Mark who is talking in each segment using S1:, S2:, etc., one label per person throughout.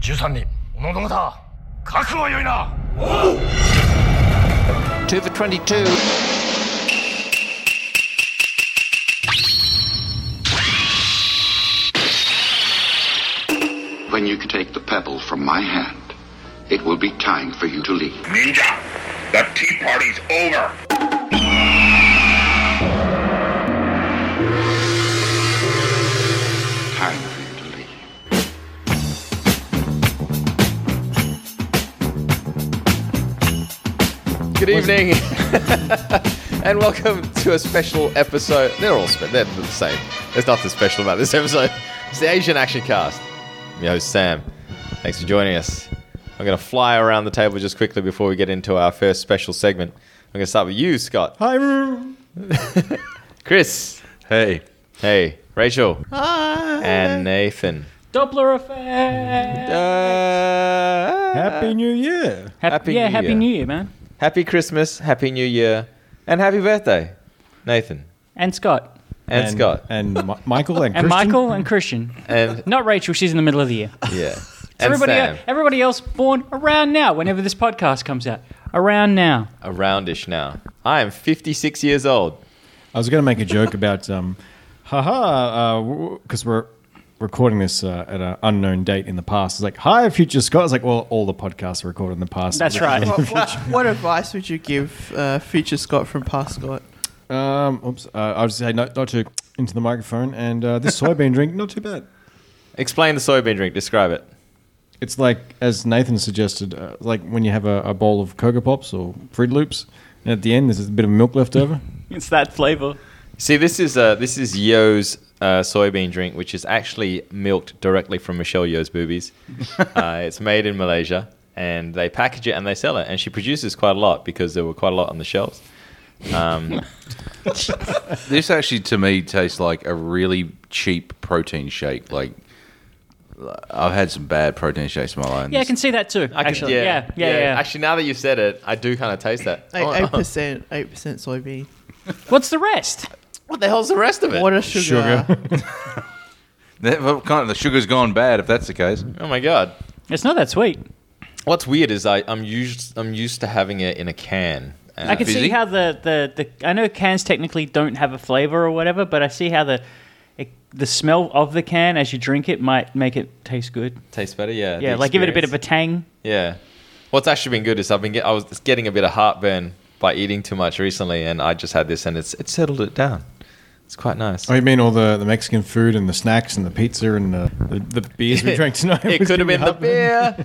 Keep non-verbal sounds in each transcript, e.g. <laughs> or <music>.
S1: 13人おのどがた覚悟はよいな
S2: Two for 22.
S3: When you take the pebble from my hand, it will be time for you to leave.
S4: Ninja, the tea party's over.
S3: Time for you to leave.
S5: Good evening, <laughs> and welcome to a special episode. They're all spe- they're the same. There's nothing special about this <laughs> episode. It's the Asian Action Cast. I'm your host Sam. Thanks for joining us. I'm going to fly around the table just quickly before we get into our first special segment. I'm going to start with you, Scott. Hi, <laughs> Chris.
S6: Hey.
S5: Hey, Rachel. Hi. And Nathan.
S7: Doppler effect.
S6: Happy New Year.
S5: Happy
S7: yeah,
S5: New
S7: Happy
S5: Year.
S7: New Year, man.
S5: Happy Christmas, Happy New Year, and Happy Birthday, Nathan
S7: And Scott.
S5: and, Scott <laughs>
S6: And Mi- Michael and,
S7: <laughs> And
S6: Christian.
S7: Michael and Christian.
S5: and
S7: Not Rachel, she's in the middle of the year.
S5: yeah. <laughs> And
S7: everybody,
S5: Sam.
S7: everybody else born around now, whenever this podcast comes out. Around now.
S5: aroundish now. I am 56 years old.
S6: I was going to make a joke about, um, haha, uh, because we're recording this uh, at an unknown date in the past. It's like, hi, future Scott. It's like, well, all the podcasts are recorded in the past.
S7: That's right.
S5: <laughs>
S8: what, <laughs> what, what advice would you give uh, future Scott from past Scott?
S6: Um, oops. Uh, I'll just say not, not to into the microphone. And uh, this soybean <laughs> drink, not too bad.
S5: Explain the soybean drink. Describe it.
S6: It's like, as Nathan suggested, uh, like when you have a, a bowl of Cocoa Pops or Fruit Loops, and at the end there's a bit of milk left over.
S7: It's that flavor.
S5: See, this is uh, this is Yo's uh, soybean drink, which is actually milked directly from Michelle Yeoh's <laughs> boobies. uh, it's made in Malaysia, and they package it and they sell it. And she produces quite a lot because there were quite a lot on the shelves. Um,
S9: This actually, to me, tastes like a really cheap protein shake. Like, I've had some bad protein shakes in my life.
S7: Yeah, I can see that too.
S5: I can-
S7: actually. yeah, yeah, yeah,
S5: Actually, now that you've said it, I do kind of taste that.
S8: Eight
S7: uh,
S5: Oh,
S8: eight percent, eight percent soybean.
S5: uh,
S7: What's the rest?
S5: what the hell's the rest of it?
S8: Water sugar.
S9: That- well, kind of, the sugar's gone bad. If that's the case,
S5: Oh my god.
S7: It's not that sweet.
S5: What's weird is I, I'm used I'm used to having it in a can.
S7: I can see
S9: fizzy?
S7: how the, the, the I know cans technically don't have a flavor or whatever, but I see how the it, the smell of the can as you drink it might make it taste good.
S5: Tastes better, yeah.
S7: Yeah,
S5: the
S7: like give it a bit
S5: experience.
S7: of a tang.
S5: Yeah. What's actually been good is I've been get, I was getting a bit of heartburn by eating too much recently, and I just had this, and it's it settled it down. It's quite nice.
S6: Oh, you mean all the, the Mexican food and the snacks and the pizza and the, the, the
S5: <laughs>
S6: beers we drank tonight?
S5: it
S6: was
S5: could have been
S6: giving me
S5: the
S6: heartburn?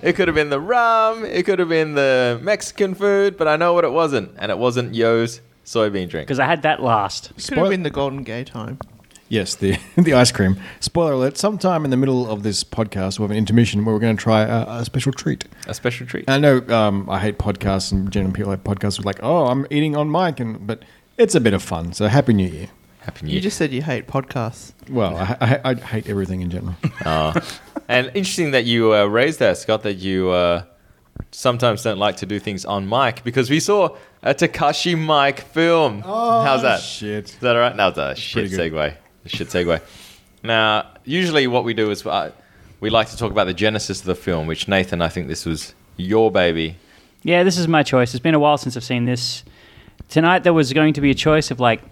S5: beer, it could have been the rum, it could have been the Mexican food, but I know what it wasn't, and it wasn't Yo's soybean drink.
S7: Because I had that last.
S8: Could have been the golden gay time.
S6: Yes, the, <laughs> the ice cream. Spoiler alert, sometime in the middle of this podcast, we'll have an intermission where we're going to try a, a special treat.
S5: A special treat.
S6: I know um, I hate podcasts and generally people like podcasts with like, oh, I'm eating on mic, and but it's a bit of fun. So happy new year.
S5: Happy New
S8: You
S5: Year.
S8: just said you hate podcasts.
S6: Well, I, I, I hate everything in general. <laughs>
S5: And interesting that you uh, raised that, Scott, that you uh, sometimes don't like to do things on mic because we saw a Takashi Mike film. How's that?
S6: Oh, shit.
S5: Is that all right? That was a shit
S6: pretty good.
S5: segue. A shit segue. Now, usually what we do is uh, we like to talk about the genesis of the film, which, Nathan, I think this was your baby.
S7: Yeah, this is my choice. It's been a while since I've seen this. Tonight there was going to be a choice of like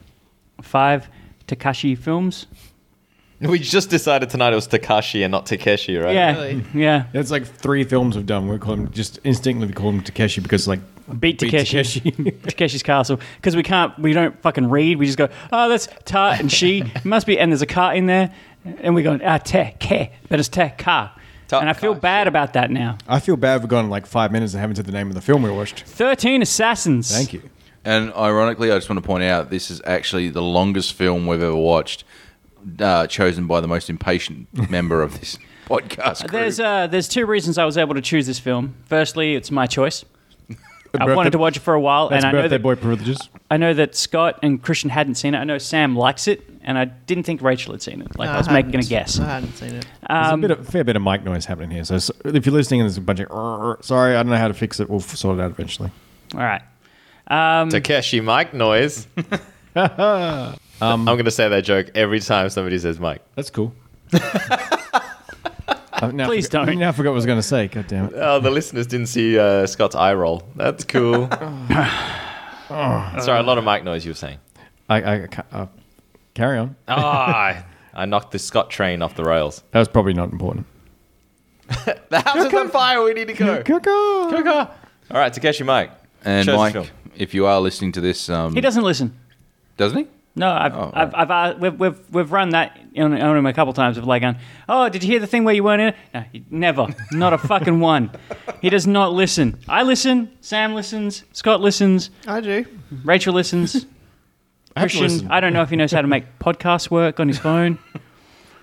S7: five Takashi films.
S5: We just decided tonight it was Takashi and not Takeshi, right?
S7: Yeah,
S8: Really?
S7: yeah.
S6: That's like three films we've done. We call him just instinctively we call him Takeshi because like
S7: Beat Takeshi, <laughs> Takeshi's Castle, because we can't, we don't fucking read. We just go, oh, that's Ta and She It must be, and there's a car in there, and we go, ah, Te Ke, but it's Te Ka,
S5: Ta-
S7: and I feel
S5: Ka,
S7: bad
S5: yeah.
S7: about that now.
S6: <laughs> I feel bad we've gone like five minutes and haven't said the name of the film we watched.
S7: Thirteen assassins.
S6: Thank you.
S9: and ironically, I just want to point out this is actually the longest film we've ever watched, uh, chosen by the most impatient member of
S7: <laughs>
S9: this podcast. Crew.
S7: There's uh, there's two reasons I was able to choose this film. Firstly, it's
S6: <laughs>
S7: my choice. I wanted to watch it for a while,
S6: That's
S7: and I know
S6: birthday
S7: that
S6: boy privileges.
S7: I know that Scott and Christian hadn't seen it. I know Sam likes it, and I didn't think Rachel had seen it. Like I was making a
S8: hadn't-
S7: guess. Uh,
S8: I Uh-huh. hadn't seen it.
S6: There's a
S7: um,
S6: bit of, fair bit of mic noise happening here. So, so if you're listening and there's a bunch of "Rrr, sorry, I don't know how to fix it, we'll f- sort it out eventually.
S7: All right.
S5: Takeshi Mike
S6: <laughs>
S5: noise. I'm going to say that joke every time somebody says Mike.
S6: That's cool. <laughs> I've now
S7: Please
S6: forgot-
S7: don't.
S6: Now I forgot what I was going to say. God damn it.
S5: Oh, the listeners didn't see uh, Scott's eye roll. That's <laughs> cool.
S6: Oh.
S5: <sighs> Sorry, a lot of mic noise you were saying.
S6: I, I ca- uh, carry on.
S5: Ah, <laughs> I knocked the Scott train off the <laughs> rails.
S6: That was probably not important.
S5: The house is on fire. We need to go.
S6: Cuckoo.
S5: All right, Takeshi Mike.
S9: And
S5: Show us the
S9: Mike,
S5: film.
S9: if you are listening to this, um,
S7: He doesn't listen.
S9: doesn't he?
S7: No, I've,
S9: Oh,
S7: I've, I've, uh, we've, we've, we've run that on, on him a couple times of like, going, oh, did you hear the thing where you weren't in it? No, he- never. Not a fucking one. He does not listen. I listen. Sam listens. Scott listens.
S8: I do.
S7: Rachel listens. Christian, I don't know if he knows how to make podcasts work on his phone.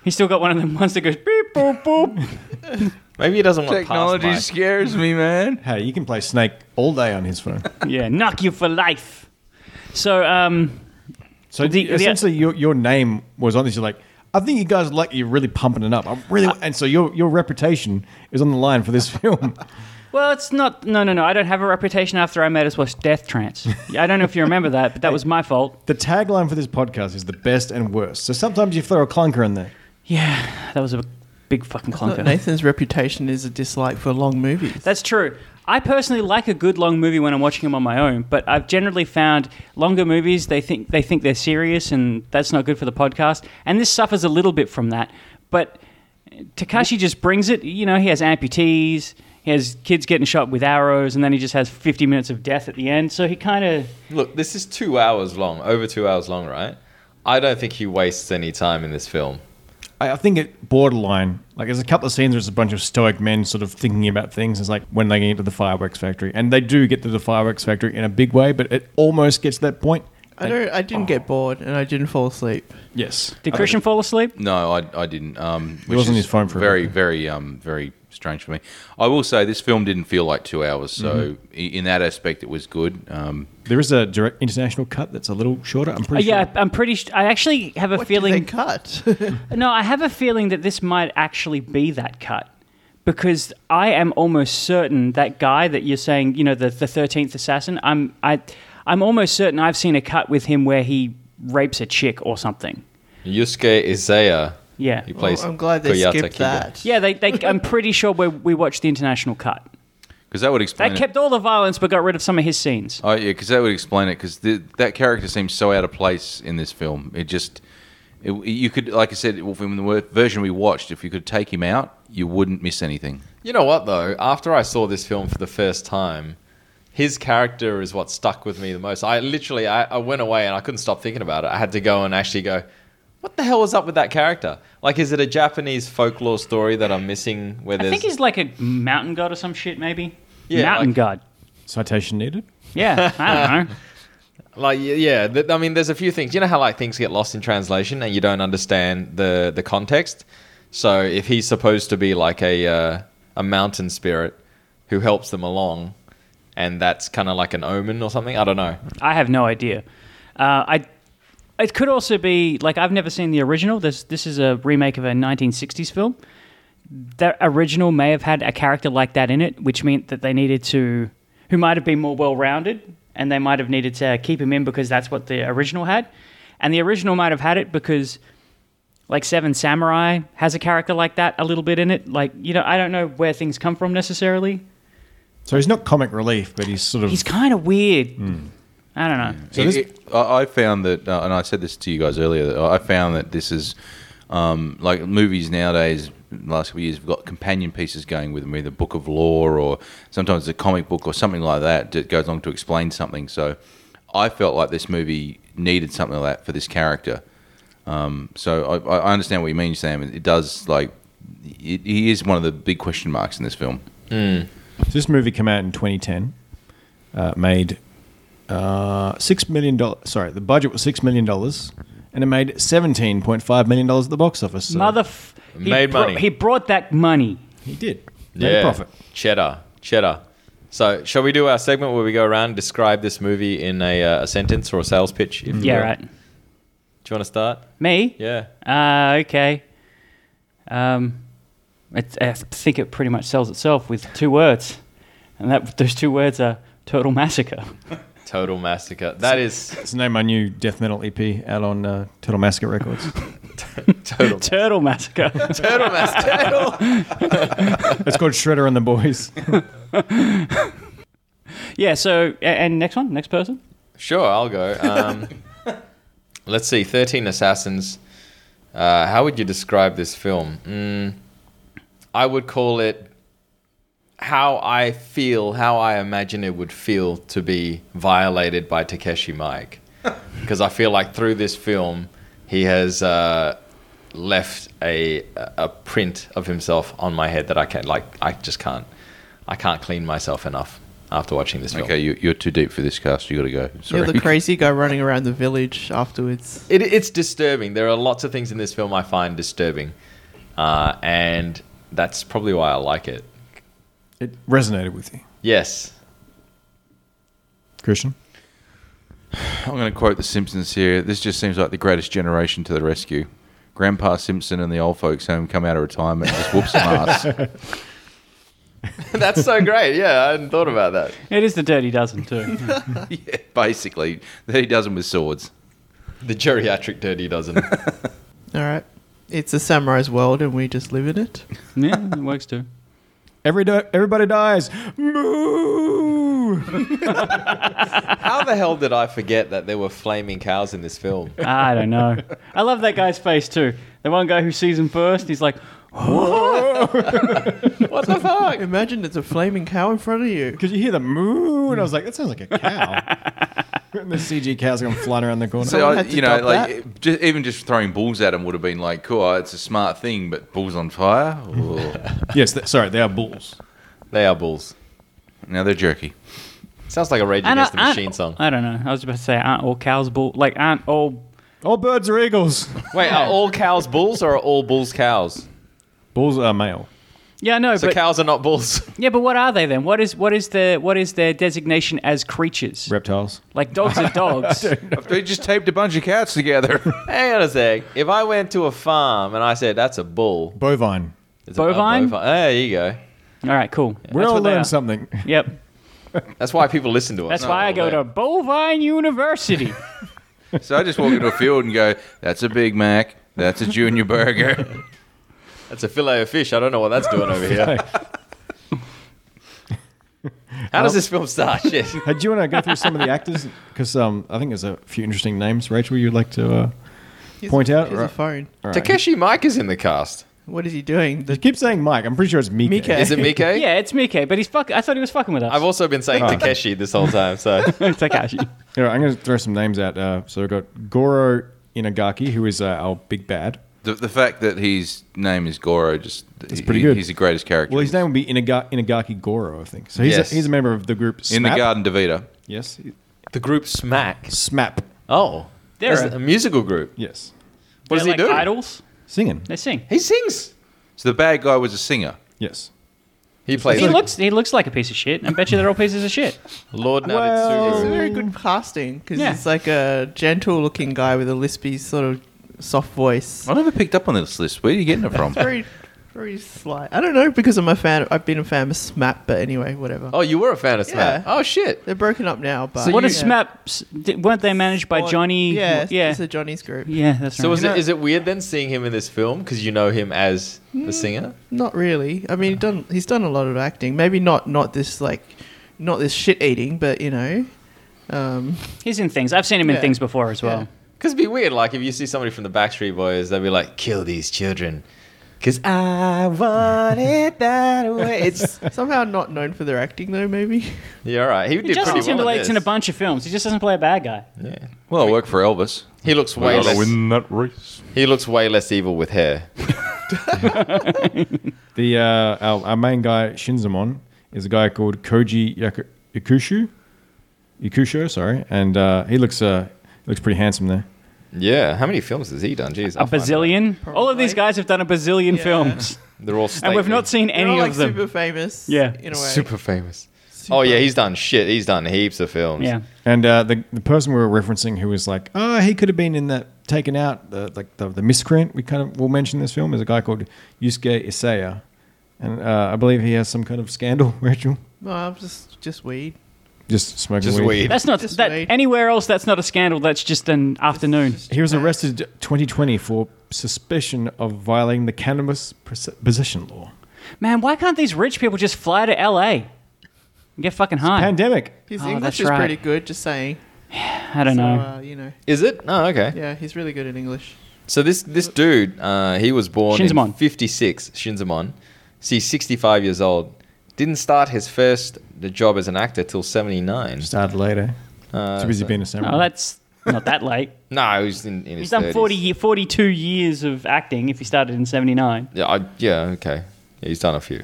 S7: He's still got one of them ones that goes beep, boop, boop.
S5: Maybe he doesn't want
S9: Technology
S5: Technology.
S9: scares me, man.
S6: Hey, you can play Snake all day on his
S7: <laughs>
S6: phone.
S7: Yeah, knock you for life. So, um,
S6: So
S7: The- the-
S6: essentially, your, your name was on this. You're like, I think you guys like you're really pumping it up. I'm really, and so your your reputation is on the line for this <laughs> film.
S7: well, it's not. No, no, no. I don't have a reputation after I made us watch Death Trance. I don't know if you remember that, but that was my fault.
S6: the tagline for this podcast is the best and worst. So sometimes you throw a clunker in there.
S7: Yeah, that was a big fucking
S8: Look,
S7: clunker.
S8: Nathan's reputation is a dislike for long movies.
S7: That's true. I personally like a good long movie when I'm watching them on my own, but I've generally found longer movies they think they think they're serious, and that's not good for the podcast. And this suffers a little bit from that. But Takashi just brings it. You know, he has amputees, he has kids getting shot with arrows, and then he just has 50 minutes of death at the end. So he kind of
S5: Look, this is two hours long, over two hours long, right? I don't think he wastes any time in this film.
S6: I, I think it borderline. Like there's a couple of scenes where it's a bunch of stoic men sort of thinking about things. It's like when they get to the fireworks factory, and they do get to the fireworks factory in a big way, but it almost gets to that point.
S8: I don't. I didn't get bored, and I didn't fall asleep.
S6: Yes.
S7: did Christian fall asleep?
S9: No, I, I didn't. Um, which
S6: was on
S9: is
S6: his phone for a
S9: very,
S6: bit.
S9: very, um, very strange for me. I will say this film didn't feel like two hours, so
S6: Mm-hmm.
S9: i in that aspect, it was good. Um,
S6: There is a direct international cut that's a little shorter. I'm pretty
S7: Uh, Yeah,
S6: sure.
S7: I'm pretty. Sh- I actually have a
S8: What
S7: feeling.
S8: did they cut? <laughs>
S7: No, I have a feeling that this might actually be that cut because I am almost certain that guy that you're saying, you know, the the thirteenth assassin. I'm I, I'm almost certain I've seen a cut with him where he rapes a chick or something.
S5: Yusuke Isaiah.
S7: Yeah,
S5: He plays.
S8: I'm glad they
S5: Koyata
S8: skipped
S5: Kiba.
S8: that.
S7: yeah. They, they I'm pretty sure we we watched the international cut.
S9: because that would
S7: That
S9: explain. it.
S7: kept all the violence but got rid of some of his scenes.
S9: Oh yeah, because that would explain it. Because that character seems so out of place in this film. It just, it, you could, like I said, in the wor- version we watched, if you could take him out, you wouldn't miss anything.
S5: You know what though? After I saw this film for the first time, his character is what stuck with me the most. I literally I, I went away and I couldn't stop thinking about it. I had to go and actually go, what the hell was up with that character? Like, is it a Japanese folklore story that I'm missing? Where
S7: I
S5: there's
S7: think he's like a mountain god or some shit, maybe.
S5: Yeah,
S7: mountain
S5: like-
S7: god.
S6: Citation needed.
S7: Yeah, I
S5: <laughs>
S7: don't know.
S5: Like y- yeah, th- I mean, there's a few things. You know how like things get lost in translation and you don't understand the the context. So if he's supposed to be like a uh, a mountain spirit who helps them along, and that's kind of like an omen or something. I don't know.
S7: I have no idea. Uh, I it could also be like I've never seen the original. This this is a remake of a 1960s film. That original may have had a character like that in it, which meant that they needed to who might have been more well-rounded and they might have needed to keep him in because that's what the original had. And the original might have had it because like Seven Samurai has a character like that a little bit in it. Like, you know, I don't know where things come from necessarily.
S6: So he's not comic relief, but he's sort of.
S7: He's kind of weird. I don't know.
S9: So
S6: this-
S9: I I found that, uh, and I said this to you guys earlier. That I found that this is um, like movies nowadays. the Last couple of years, have got companion pieces going with them, either book of lore or sometimes a comic book or something like that that goes on to explain something. So I felt like this movie needed something like that for this character. Um, so I, I understand what you mean, Sam. It does like it, he is one of the big question marks in this film.
S6: So this movie came out in 2010, uh, made uh, six million dollars. Sorry, the budget was six million dollars, and it made 17.5 million dollars at the box office. So
S7: Mother f- he
S5: Made
S7: bro-
S5: money.
S7: He brought that money.
S6: he did. Made a profit.
S5: Cheddar, cheddar. So, shall we do our segment where we go around and describe this movie in a, uh, a sentence or a sales pitch? If you
S7: Yeah,
S5: will?
S7: right.
S5: Do you want to start?
S7: Me?
S5: Yeah.
S7: Uh, okay. Um, it, I think it pretty much sells itself with two words, and that those two words are total massacre. <laughs>
S5: Total massacre. That is <laughs>
S6: E It's the name of my new death metal EP out on uh, Turtle Massacre Records.
S5: Total. <laughs>
S7: Turtle Massacre.
S5: Turtle Master. Turtle.
S6: It's called Shredder and the Boys.
S7: yeah. So a- and next one, next person.
S5: Sure, I'll go. Um, let's see, Thirteen Assassins. Uh, how would you describe this film? Mm, I would call it how I feel, how I imagine it would feel to be violated by Takeshi Mike, because I feel like through this film he has uh, left a a print of himself on my head that I can't like. I just can't. I can't clean myself enough after watching this film.
S9: Okay, you, you're too deep for this cast. You got to go. Sorry.
S8: You're the crazy guy running around the village afterwards.
S5: It, it's disturbing. There are lots of things in this film I find disturbing, uh, and that's probably why I like it.
S6: It resonated with you,
S5: Yes,
S6: Christian.
S9: I'm going to quote The Simpsons here. This just seems like the greatest generation to the rescue. Grandpa Simpson and the old folks home come out of retirement and just
S6: <laughs>
S9: whoop some ass.
S5: <laughs> that's so great. Yeah, I hadn't thought about that.
S7: It is the Dirty Dozen too. <laughs>
S9: yeah, basically. He does them with swords.
S5: The geriatric dirty dozen.
S8: All right. It's a samurai's world and we just live in it.
S7: yeah, it works too.
S6: Every di- everybody dies. Moo!
S5: <laughs> How the hell did I forget that there were flaming cows in this film?
S7: I don't know. I love that guy's face too. The one guy who sees him first, he's like,
S5: Oh, What the fuck?
S8: Imagine it's a flaming cow in front of you.
S6: Because you hear the moo, and I was like, that sounds like a cow.
S9: <laughs>
S6: and the CG cows going to fly around the corner.
S9: So,
S8: Someone
S9: I,
S8: had to
S9: you know,
S8: top that.
S9: like it- ju- even just throwing bulls at him would have been like, cool, oh, it's a smart thing, but bulls on fire?
S6: <laughs>
S9: Ooh.
S6: yes, th- sorry, they are bulls.
S5: They are bulls.
S9: now they're jerky.
S5: Sounds like a Rage Against the
S7: aren't-
S5: Machine song.
S7: I don't know. I was about to say, aren't all cows bull? Like, aren't all?
S6: All Oh, birds are eagles.
S5: Wait, are all cows bulls or are all bulls cows?
S6: bulls are male.
S7: Yeah, no,
S5: So
S7: but
S5: cows are not bulls.
S7: yeah, but what are they then? What is what is their what is their designation as creatures?
S6: Reptiles.
S7: Like dogs
S8: <laughs>
S7: are dogs.
S9: They just taped a bunch of cats together. <laughs>
S5: Hang on a sec. If I went to a farm and I said that's a bull,
S6: Bovine.
S5: it's a- a
S7: Bovine?
S5: bovine. There you go.
S7: all right, cool.
S6: We all
S7: what they are.
S6: learn something.
S7: Yep.
S5: That's why people listen to us.
S7: That's why I go to
S5: <laughs>
S7: Bovine University.
S9: so I just walk into a field and go, that's a Big Mac, that's a Junior Burger. <laughs>
S5: That's a fillet of fish. I don't know what that's doing over <laughs> here. How does this film <laughs> start? Shit.
S6: <laughs> Hey, do you want to go through some of the actors? Because um, I think there's a few interesting names. Rachel, you'd like to uh,
S8: Here's
S6: point
S8: a,
S6: out?
S8: Here's a
S6: Right.
S8: phone.
S6: All right.
S5: Takeshi Mike is in the cast.
S8: What is he doing?
S6: You
S8: The,
S6: keep saying Mike. I'm pretty sure it's Mika.
S8: Mika.
S5: Is it
S7: <laughs>
S5: Mike?
S7: yeah, it's Mike, but he's fuck. I thought he was fucking with us. <laughs>
S5: I've also been saying Takeshi this whole time, so
S6: <laughs>
S7: Takashi.
S6: All right, I'm going to throw some names out. Uh, so we've got Goro Inagaki, who is uh, our big bad.
S9: the, the fact that his name is Goro, just
S6: That's
S9: he-
S6: pretty good.
S9: He's the greatest character.
S6: Well, his name would be Inaga- Inagaki Goro, I think. So he's,
S5: Yes.
S6: a, he's a member of the group SMAP.
S9: in the Garden Davita.
S6: Yes.
S5: <laughs> the group Smack.
S6: SMAP.
S5: Oh,
S7: They're
S5: there's
S7: a-
S5: a musical group.
S6: Yes.
S5: What does
S7: They're
S5: he do?
S7: like Idols.
S6: Singing.
S7: They sing.
S5: He sings.
S9: So the bad guy was a singer.
S6: Yes.
S5: He plays
S7: He looks. He looks like a piece of shit. I bet you they're all pieces
S8: <laughs>
S7: of shit.
S5: Lord
S8: it's a
S5: Narutsuru.
S8: very good casting because
S7: Yeah.
S8: he's like a gentle looking guy with a lispy sort of soft voice.
S9: I never picked up on this list. Where are you getting it from?
S8: Very, very slight. I don't know because I'm a fan. I've been a fan of SMAP, but anyway, whatever.
S5: Oh, you were a fan of Smack.
S8: Yeah.
S5: Oh shit.
S8: They're broken up now, but
S7: what
S8: yeah.
S7: is SMAP? Weren't they managed by
S8: Or-
S7: Johnny?
S8: Yeah,
S7: yeah,
S8: it's a Johnny's group.
S7: yeah. That's right.
S5: So is it is it weird then seeing him in this film because you know him as the singer?
S8: Not really. I mean, he done he's done a lot of acting. Maybe not not this like, not this shit eating, but you know, um,
S7: He's in things. I've seen him in
S8: Yeah.
S7: things before as well.
S5: Because it'd be weird, like if you see somebody from the Backstreet Boys, they'd be like, "Kill these children," ah, because I want it that
S7: <laughs>
S5: way. It's
S8: somehow not known for their acting though. Maybe
S5: yeah, all right. He did pretty
S7: Justin
S5: well.
S7: Timberlake's
S5: in,
S7: in a
S5: this.
S7: bunch of films. He just doesn't play a bad guy.
S5: Yeah.
S9: Well, I work for Elvis.
S5: He looks way less.
S4: that race.
S5: He looks way less evil with hair.
S6: The uh, our, our main guy Shinzamon is a guy called Koji Yaku- Yakushu, Yakusho, sorry, and uh, he looks uh, looks pretty handsome there.
S5: Yeah. How many films has he done? Jeez,
S7: A
S5: I'll find out.
S7: bazillion. All of these
S8: Probably.
S7: guys have done a bazillion
S8: Yeah.
S7: films,
S5: They're all.
S7: and we've
S5: stately.
S7: not seen
S8: They're
S7: any
S8: all, like
S7: of them.
S8: super famous.
S7: Yeah.
S8: in a way.
S5: super famous. Oh yeah, he's done shit. He's done heaps of films.
S7: yeah,
S6: And uh, the the person we were referencing who was like, oh, he could have been in that taken out, the, like the, the miscreant we kind of will mention in this film is a guy called Yusuke Isaya, and uh, I believe he has some kind of scandal, <laughs> Rachel.
S8: No, I'm just just weed.
S6: Just smoking
S5: Just weed.
S7: That's not
S8: Just
S7: that
S8: weed.
S7: anywhere else. That's not a scandal. That's just an afternoon.
S6: He was arrested 2020 for suspicion of violating the cannabis pos- possession law.
S7: Man, why can't these rich people just fly to L.A. and get fucking high?
S6: Pandemic.
S8: His
S7: Oh,
S8: English
S7: that's
S8: is
S7: right.
S8: pretty good. Just saying.
S7: I don't
S8: So,
S7: know.
S8: uh, you know.
S5: Is it? Oh, okay.
S8: Yeah, he's really good at English.
S5: So this this dude, uh, he was born in
S7: Shinzamon.
S5: 56, Shinzamon. So he's 65 years old. Didn't start his first the job as an actor till 79.
S6: Started later.
S5: Uh,
S6: Too busy
S5: so-
S6: being a samurai.
S7: no, Oh, that's not that
S5: <laughs>
S7: late.
S5: No, he was in, in his
S7: He's done
S5: 30s.
S7: 40, ye- 42 years of acting. If he started in seventy nine,
S5: Yeah, I, yeah, okay. Yeah, he's done a few.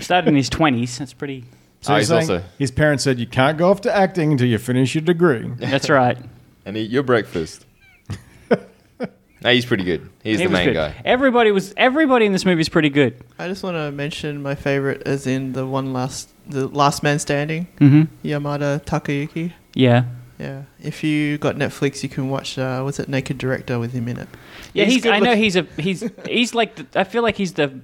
S7: started in his twenties. That's pretty.
S6: so
S5: Oh,
S6: he's
S5: he's
S6: saying
S5: also-
S6: his parents said you can't go off to acting until you finish your degree.
S7: That's right.
S5: And eat your
S7: <laughs>
S5: breakfast. no, he's pretty good. He's
S7: He
S5: the
S7: was
S5: main
S7: good.
S5: guy.
S7: Everybody was. Everybody in this movie is pretty good.
S8: I just want to mention my favorite, as in the one last, the last man standing,
S7: Mm-hmm.
S8: Yamada Takayuki.
S7: Yeah.
S8: Yeah, if you got Netflix, you can watch. Uh, what's it, Naked Director, with him in it.
S7: Yeah, he's.
S8: good
S7: I know
S8: look-
S7: he's a. He's. He's like. The, I feel like he's the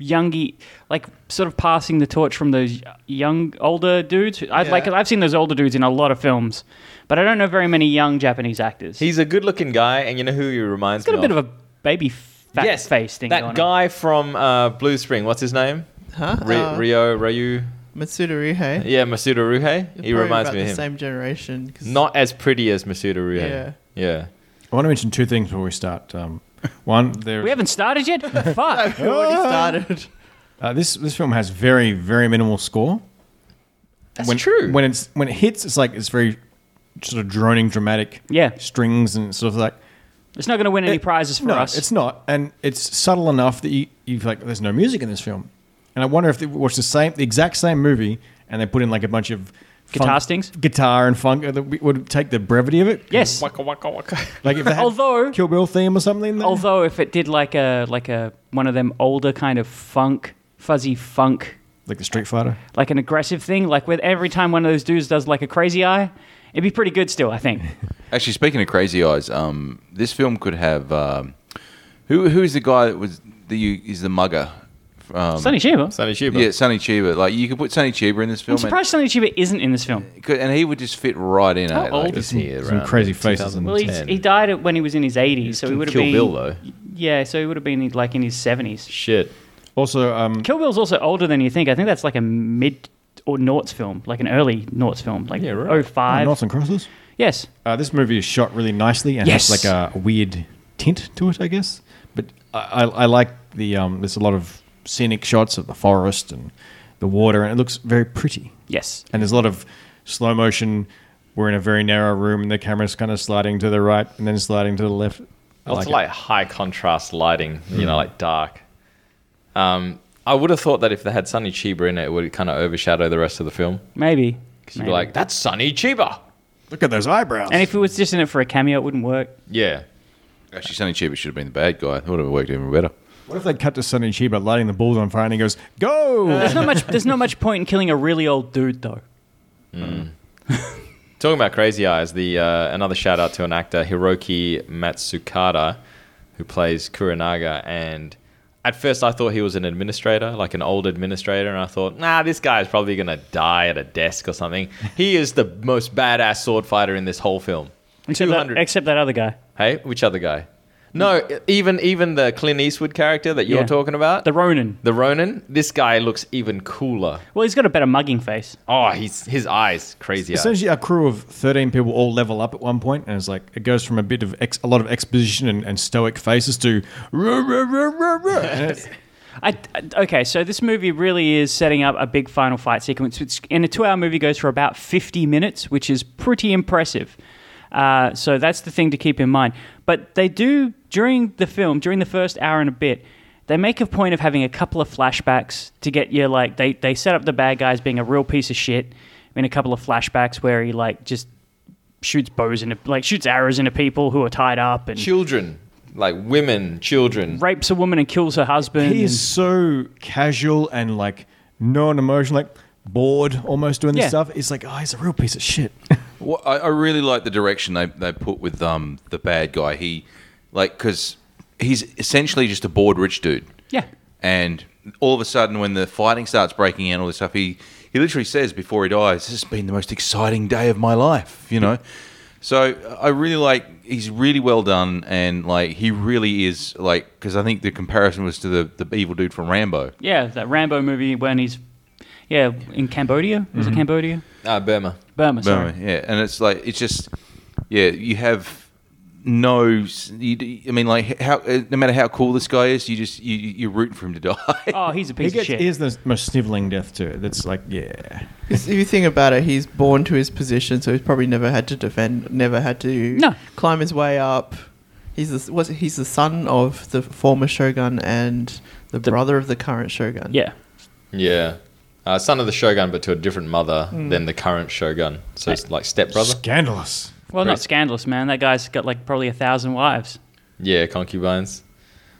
S7: youngy, like sort of passing the torch from those young older dudes. I like.
S8: Yeah.
S7: I've seen those older dudes in a lot of films, but I don't know very many young Japanese actors.
S5: He's a good-looking guy, and you know who he reminds
S7: he's got a
S5: me
S7: bit of a baby fat
S5: yes,
S7: face thing.
S5: That
S7: going On.
S5: guy from uh, Blue Spring. What's his name?
S8: Huh?
S5: Ri-
S8: Uh,
S5: Rio Ryu.
S8: Matsuda
S7: Uh,
S8: Rihei.
S5: Yeah, Masuda Ruhei.
S8: You're
S5: He
S8: probably
S5: reminds
S8: about
S5: me of
S8: the
S5: him.
S8: Same generation. 'cause-
S5: Not as pretty as Masuda Ruhei.
S8: Yeah.
S5: Yeah.
S6: I want to mention two things before we start. Um, one, there
S7: We haven't started yet. Fuck.
S8: We already started.
S6: uh, this this film has very very minimal score.
S5: That's
S6: when,
S5: true.
S6: When it's when it hits, it's like it's very sort of droning, dramatic
S7: Yeah.
S6: strings and sort of like
S7: It's not going to win any
S6: It-
S7: prizes for
S6: Eh, no,
S7: us.
S6: It's not, and it's subtle enough that you you feel like there's no music in this film, and I wonder if they watched the same the exact same movie and they put in like a bunch of
S7: Guitar
S6: funk-
S7: stings?
S6: guitar and funk that we- would take the brevity of it.
S7: yes.
S6: like if they had
S7: <laughs> Although-
S6: Kill Bill theme or something. in there.
S7: Although if it did like a like a one of them older kind of funk, fuzzy funk
S6: like the Street Fighter.
S7: like an aggressive thing. Like with every time one of those dudes does like a crazy eye, it'd be pretty good still.
S5: <laughs>
S7: I think.
S9: Actually, speaking of Crazy Eyes, um, this film could have um, who who is the guy that was the you is the mugger? Um,
S7: Sonny Chiba.
S5: Sonny Chiba.
S9: Yeah, Sonny Chiba. Like you could put Sonny Chiba in this film,
S7: I'm surprised Sonny Chiba isn't in this film.
S9: and, could- and he would just fit right in.
S7: How
S9: eh?
S7: old
S9: Like,
S5: Is he
S6: Some
S5: around
S6: crazy faces and-
S7: Well, he's,
S5: 2010?
S7: he died at- when he was in his 80s, so he would have
S5: Kill
S7: been.
S5: Bill, though.
S7: Yeah, so he would have been like in his 70s.
S5: Shit.
S6: Also, um,
S7: Kill Bill's also older than you think. I think that's like a mid or noughts film, like an early noughts film, like
S5: Yeah, right.
S7: 05.
S6: Northern oh, Crosses.
S7: yes.
S6: Uh, this movie is shot really nicely and
S7: Yes.
S6: has like a weird tint to it, I guess. But I, I, I like the um, there's a lot of scenic shots of the forest and the water, and it looks very pretty.
S7: Yes.
S6: And there's a lot of slow motion. We're in a very narrow room, and the camera's kind of sliding to the right and then sliding to the left. I
S5: Well, it's
S6: like
S5: like high contrast lighting, you
S7: Hmm.
S5: know, like dark. Um, I would have thought that if they had Sonny Chiba in it, it would kind of overshadow the rest of the film.
S7: Maybe.
S5: Because you'd be like, that's Sonny Chiba.
S6: it. Look at those eyebrows.
S7: And if it was just in it for a cameo, it wouldn't work.
S5: Yeah.
S9: Actually, Sonny Chiba should have been the bad guy. It would have worked even better.
S6: what if they cut to Sonny Chiba lighting the balls on fire and he goes, Go!
S7: There's not much. There's not much point in killing a really old dude, though.
S5: Talking about Crazy Eyes, the uh, another shout out to an actor, Hiroki Matsukata, who plays Kuranaga. And at first, I thought he was an administrator, like an old administrator, and I thought, nah, this guy is probably gonna die at a desk or something.
S7: <laughs>
S5: He is the most badass sword fighter in this whole film.
S7: Except that,
S5: 200.
S7: except that other guy,
S5: Hey, which other guy? No, even even the Clint Eastwood character that you're
S7: Yeah.
S5: talking about,
S7: the
S5: the,
S7: Ronin.
S5: Ronin. This guy looks even cooler.
S7: Well, he's got a better mugging face.
S5: Oh, he's his eyes crazy. Eyes.
S6: Essentially, a crew of 13 people all level up at one point, and it's like it goes from a bit of ex, a lot of exposition and, and stoic faces to. "Ruh, ruh, ruh, ruh,
S7: <laughs>
S6: ruh," and it's-
S7: I, I- okay, so this movie really is setting up a big final fight sequence, which in a two-hour movie goes for about fifty minutes, which is pretty impressive. Uh, so that's the thing to keep in mind. But they do during the film, during the first hour and a bit, they make a point of having a couple of flashbacks to get you like they they set up the bad guys being a real piece of shit in a couple of flashbacks where he like just shoots bows into like shoots arrows into people who are tied up and
S5: children, like women, children.
S7: rapes a woman and kills her husband.
S6: he
S7: and-
S6: is so casual and like non emotional, like bored almost doing this
S7: Yeah.
S6: stuff. It's like, oh, he's a real piece of
S7: <laughs>
S6: shit.
S9: Well, I, I really like the direction they, they put with um the bad guy. He like because he's essentially just a bored rich dude.
S7: yeah.
S9: and all of a sudden, when the fighting starts breaking out, all this stuff, he, he literally says before he dies, "This has been the most exciting day of my life," you know. So I really like he's really well done, and like he really is like because I think the comparison was to the the evil dude from Rambo.
S7: Yeah, that Rambo movie when he's yeah in Cambodia. Is
S6: Mm-hmm.
S7: it Cambodia?
S5: Ah, Burma.
S7: Burma. Sorry.
S9: Burma, yeah, and it's like it's just yeah, you have no. You, I mean, like how uh, no matter how cool this guy is, you just you you're rooting for him to <laughs> die.
S7: Oh, he's a
S6: He
S7: piece of
S6: gets,
S7: shit.
S6: here's the most sniveling death too. That's like, yeah.
S8: 'Cause if you think about it, he's born to his position, so he's probably never had to defend, never had to
S7: No.
S8: climb his way up. He's the, what's, he's the son of the former shogun and the,
S7: The-
S8: brother of the current shogun.
S7: yeah.
S5: Yeah. Uh, son of the shogun, but to a different mother
S7: Hmm.
S5: than the current shogun. So it's like stepbrother.
S6: Scandalous.
S7: Well, not
S5: Right.
S7: scandalous, man. That guy's got like probably a thousand wives.
S5: Yeah, concubines.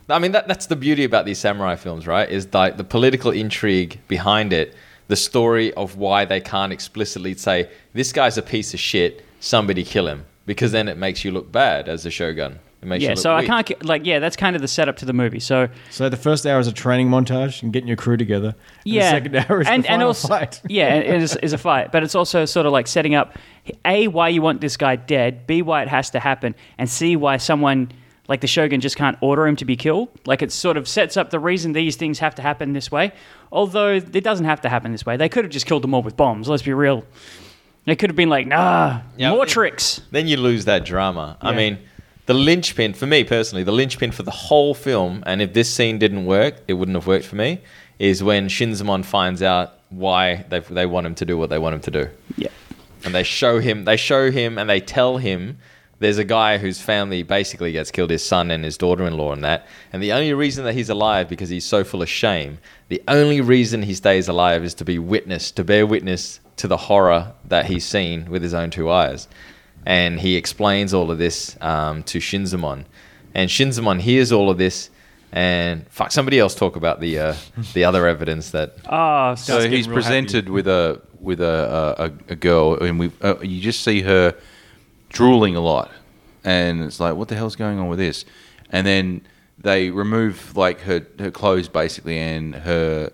S5: I mean, that, that's the beauty about these samurai films, right? Is like the political intrigue behind it, the story of why they can't explicitly say, this guy's a piece of shit, somebody kill him. Because then it makes you look bad as a shogun. It makes you
S7: Yeah,
S5: look
S7: so I
S5: weak.
S7: can't ki- like yeah. That's kind of the setup to the movie. So
S6: So the first hour is a training montage and getting your crew together. And
S7: yeah,
S6: The second hour is the final fight.
S7: <laughs> yeah, it is, is a fight, but it's also sort of like setting up a why you want this guy dead, b why it has to happen, and c why someone like the shogun just can't order him to be killed. Like it sort of sets up the reason these things have to happen this way, although it doesn't have to happen this way. They could have just killed them all with bombs. Let's be real. They could have been like, nah,
S5: Yeah,
S7: more
S5: it-
S7: tricks.
S5: then you lose that drama. I
S7: Yeah.
S5: mean, the linchpin for me personally, the linchpin for the whole film, and if this scene didn't work, it wouldn't have worked for me. Is when Shinzamon finds out why they they want him to do what they want him to do,
S7: Yeah.
S5: and they show him, they show him, and they tell him. There's a guy whose family basically gets killed, his son and his daughter-in-law, and that. And the only reason that he's alive because he's so full of shame. The only reason he stays alive is to be witness, to bear witness to the horror that he's seen with his own two eyes and he explains all of this um, to Shinzamon, and Shinzamon hears all of this, and fuck, somebody else talk about the uh, the other evidence that
S7: Oh, so,
S9: so
S6: getting
S9: he's
S6: real happy.
S9: presented with a with a a, a- a girl, and we uh, you just see her drooling a lot, and it's like, what the hell's going on with this? And then they remove like her her clothes basically, and her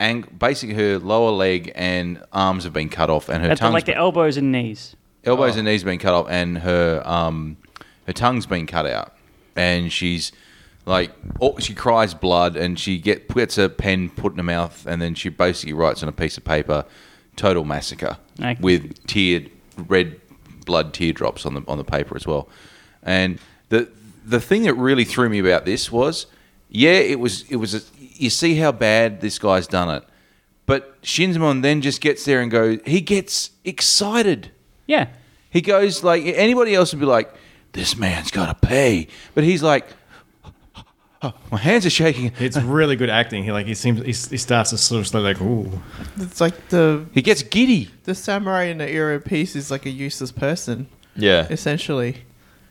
S9: ang- basically her lower leg and arms have been cut off, and her
S7: at the,
S9: tongue's
S7: like the elbows and knees.
S9: elbows and knees been cut off, and her um, her tongue's been cut out, and she's like oh, she cries blood, and she get gets a pen put in her mouth, and then she basically writes on a piece of paper, "Total massacre,"
S7: Okay.
S9: with tear red blood teardrops on the on the paper as well, and the the thing that really threw me about this was, yeah, it was it was a, you see how bad this guy's done it. But Shinzamon then just gets there and goes. He gets excited.
S7: Yeah.
S9: He goes like anybody else would be like, "This man's got to pay," but he's like, <laughs> "Oh, "My hands are shaking."
S6: It's really good acting. He like he seems he, he starts to sort of slow like ooh.
S8: It's like the
S9: He gets giddy.
S8: the samurai in the era piece is like a useless person,
S5: yeah
S8: essentially.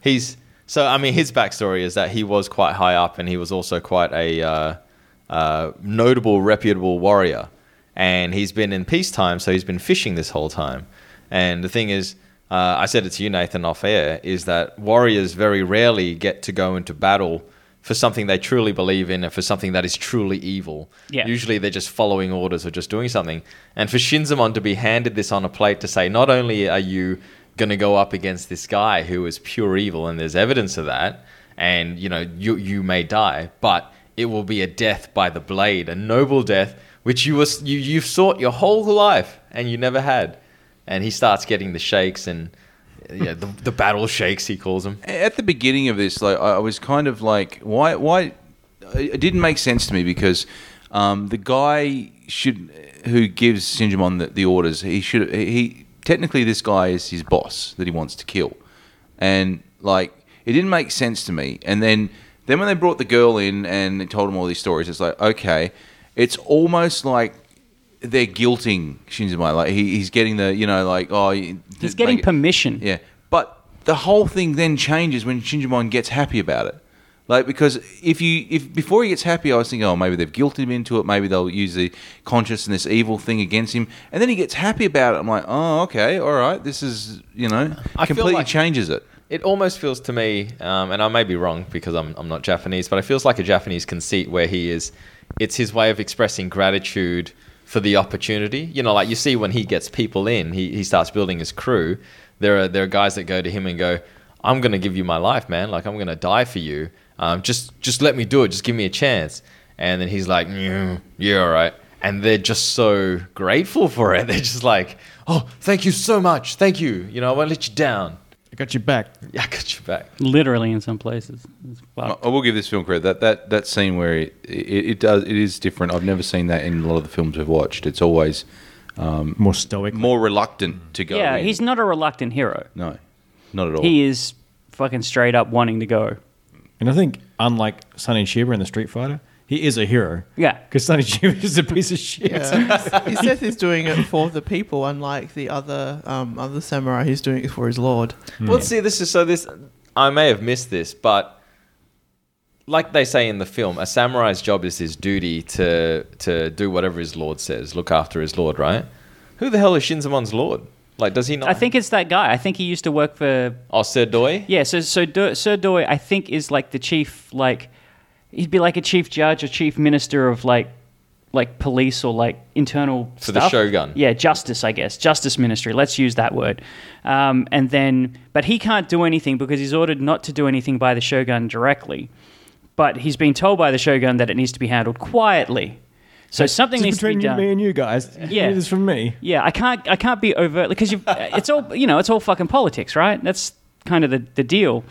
S5: he's so I mean his backstory is that he was quite high up and he was also quite a uh, uh, notable reputable warrior, and he's been in peacetime, so he's been fishing this whole time. And the thing is, uh, I said it to you, Nathan, off air, is that warriors very rarely get to go into battle for something they truly believe in and for something that is truly evil.
S7: Yeah.
S5: Usually they're just following orders or just doing something. And for Shinzamon to be handed this on a plate to say, not only are you going to go up against this guy who is pure evil and there's evidence of that, and you know, you, you may die, but it will be a death by the blade, a noble death, which you, was, you, you've sought your whole life and you never had. And he starts getting the shakes and yeah, the, the battle shakes, he calls them.
S9: At the beginning of this, like I I was kind of like, "Why? Why?" It didn't make sense to me because um, the guy should who gives Sinjamon the, the orders. He should. He technically this guy is his boss that he wants to kill, and like it didn't make sense to me. And then then when they brought the girl in and they told him all these stories, it's like okay, it's almost like. They're guilting Shinzumai. Like he, he's getting the, you know, like oh,
S7: He's getting permission.
S9: permission. Yeah, but the whole thing then changes when Shinjimon gets happy about it. Like because if you if before he gets happy, I was thinking, oh, maybe they've guilted him into it. Maybe they'll use the conscience and this evil thing against him. And then he gets happy about it. I'm like, oh, okay, all right. This is you know
S5: I feel
S9: completely
S5: like-
S9: changes it.
S5: It almost feels to me, um, and I may be wrong because I'm, I'm not Japanese, but it feels like a Japanese conceit where he is it's his way of expressing gratitude for the opportunity. You know, like you see when he gets people in, he, he starts building his crew. There are there are guys that go to him and go, "I'm going to give you my life, man. Like I'm going to die for you. Um, just just let me do it. Just give me a chance." And then he's like, "Yeah, yeah, all right." And they're just so grateful for it. <laughs> They're just like, "Oh, thank you so much. Thank you. You know, I won't let you down.
S6: I got your back.
S5: <laughs> Yeah, I got your back."
S7: Literally, in some places. It's
S9: I
S7: fucked.
S9: I will give this film credit. That that, that scene where it, it, it does it is different. I've never seen that in a lot of the films we've watched. It's always
S6: More stoic.
S9: more reluctant to go.
S7: yeah,
S9: in.
S7: he's not a reluctant hero.
S9: no, not at all.
S7: He is fucking straight up wanting to go.
S6: And I think, unlike Sonny Shiba in the Street Fighter, he is a hero.
S7: Yeah.
S6: Because Sonny Shiba is a piece of shit.
S8: Yeah. <laughs> he says he's doing it for the people, unlike the other um, other samurai who's doing it for his lord.
S5: Well, see, this is so. This I may have missed this, but like they say in the film, a samurai's job is his duty to to do whatever his lord says, look after his lord, right? Who the hell is Shinzamon's lord? Like, does he not?
S7: I think it's that guy. I think he used to work for
S5: Oh, Sir Doi.
S7: yeah. So so Do- Sir Doi, I think, is like the chief. Like he'd be like a chief judge or chief minister of like like police or like internal
S5: For the
S7: stuff.
S5: shogun.
S7: Yeah, justice, I guess, justice ministry. Let's use that word. Um, and then, but he can't do anything because he's ordered not to do anything by the shogun directly. But he's been told by the shogun that it needs to be handled quietly. So something
S6: This is
S7: needs to be
S6: between you,
S7: done.
S6: me and you guys.
S7: Yeah.
S6: Yeah. It is from me.
S7: Yeah, I can't. I can't be overtly because you. It's all you know. It's all fucking politics, right? That's kind of the the deal.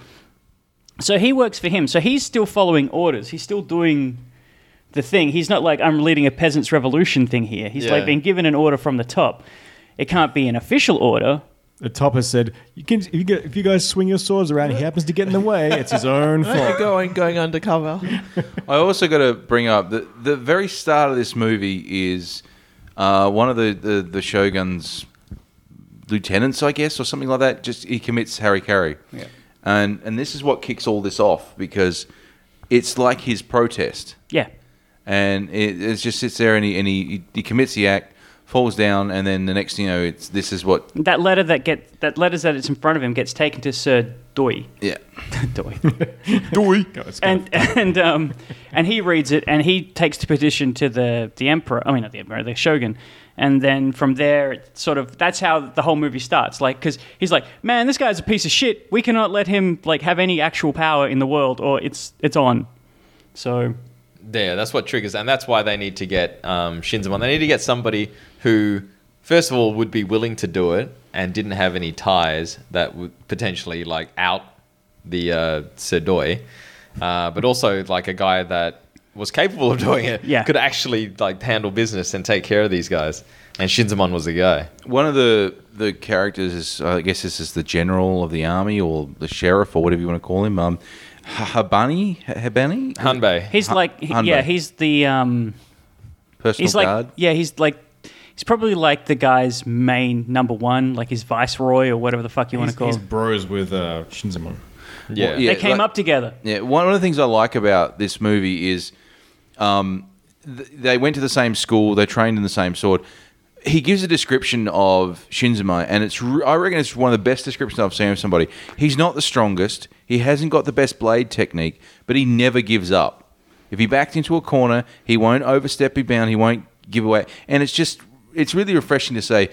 S7: So he works for him. So he's still following orders. He's still doing the thing. He's not like I'm leading a peasants' revolution thing here. He's
S5: Yeah.
S7: like being given an order from the top. It can't be an official order.
S6: The top has said, you can, if, you get, if you guys swing your swords around, he happens to get in the way. It's his
S7: <laughs> Oh
S6: own
S8: They're
S6: fault.
S8: going going undercover.
S9: I also got to bring up the the very start of this movie is uh, one of the, the the shogun's lieutenants, I guess, or something like that. Just he commits harikari, yeah. and and this is what kicks all this off because it's like his protest,
S7: Yeah,
S9: and it, it just sits there and he and he, he commits the act, falls down, and then the next thing you know, it's this is what
S7: that letter that get that letters that it's in front of him gets taken to Sir Doi. <laughs>
S9: yeah.
S7: Doi.
S6: God, it's kind
S7: and <laughs> and um, and he reads it and he takes the petition to the the emperor. I mean, not the emperor, the shogun. And then from there, it sort of that's how the whole movie starts. Like, because he's like, man, this guy's a piece of shit. We cannot let him like have any actual power in the world, or it's it's on. So
S5: Yeah, that's what triggers, and that's why they need to get um, Shinzamon. They need to get somebody who, first of all, would be willing to do it and didn't have any ties that would potentially like out the uh, Sedoi, uh, but also like a guy that was capable of <laughs> doing it,
S7: Yeah.
S5: could actually like handle business and take care of these guys. And Shinzamon was the guy.
S9: One of the the characters is, I guess, this is the general of the army or the sheriff or whatever you want to call him. Um, Habani, Habani,
S5: Hanbei.
S7: he's like, he- yeah,
S9: Hanbei.
S7: he's the um,
S9: personal
S7: he's like,
S9: guard.
S7: yeah, he's like. He's probably like the guy's main number one, like his viceroy or whatever the fuck you want to call him.
S6: bros with uh, Shinzamon.
S5: Yeah.
S9: yeah.
S7: They came
S9: like-
S7: up together.
S9: Yeah, one of the things I like about this movie is um, th- they went to the same school, they trained in the same sword. He gives a description of Shinzuma, and it's re- I reckon it's one of the best descriptions I've seen of somebody. He's not the strongest, he hasn't got the best blade technique, but he never gives up. If he backs into a corner, he won't overstep his bound, he won't give away, and it's just it's really refreshing to say.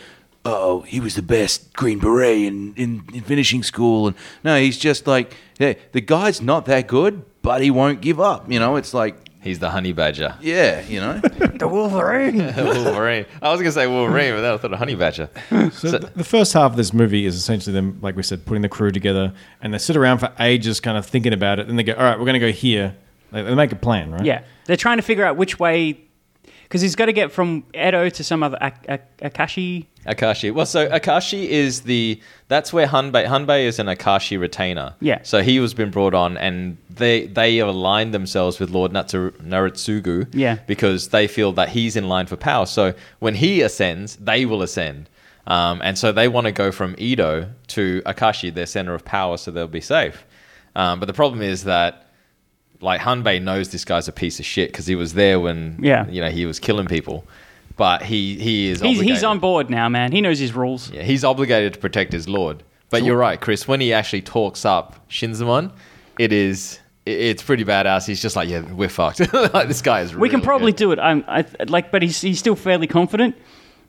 S9: Oh, he was the best Green Beret in, in, in finishing school, and no, he's just like yeah, the guy's not that good, but he won't give up. You know, it's like
S5: He's the honey badger.
S9: yeah, you know.
S7: The Wolverine.
S5: Wolverine. I was going to say Wolverine, but then I thought of honey badger.
S6: So, th- the first half of this movie is essentially them, like we said, putting the crew together, and they sit around for ages, kind of thinking about it. Then they go, "All right, we're going to go here." They, they make a plan, right?
S7: <laughs> Yeah, they're trying to figure out which way, because he's got to get from Edo to some other Ak- Ak- Akashi.
S5: Akashi. Well, so Akashi is the that's where Hanbei Hanbei is an Akashi retainer.
S7: Yeah.
S5: So he was been brought on, and they they aligned themselves with Lord Natsu, Naritsugu.
S7: Yeah.
S5: Because they feel that he's in line for power. So when he ascends, they will ascend. Um, and so they want to go from Edo to Akashi, their center of power, so they'll be safe. Um, but the problem is that like Hanbei knows this guy's a piece of shit because he was there when
S7: Yeah.
S5: you know he was killing people. But he he is
S7: He's, he's
S5: obligated-
S7: on board now, man. He knows his rules.
S5: yeah, he's obligated to protect his lord. But you're right, Chris. When he actually talks up Shinzamon, it is it- it's pretty badass. He's just like, yeah, we're fucked. <laughs> like this guy is.
S7: we can probably do it. I'm I, like, but he's he's still fairly confident.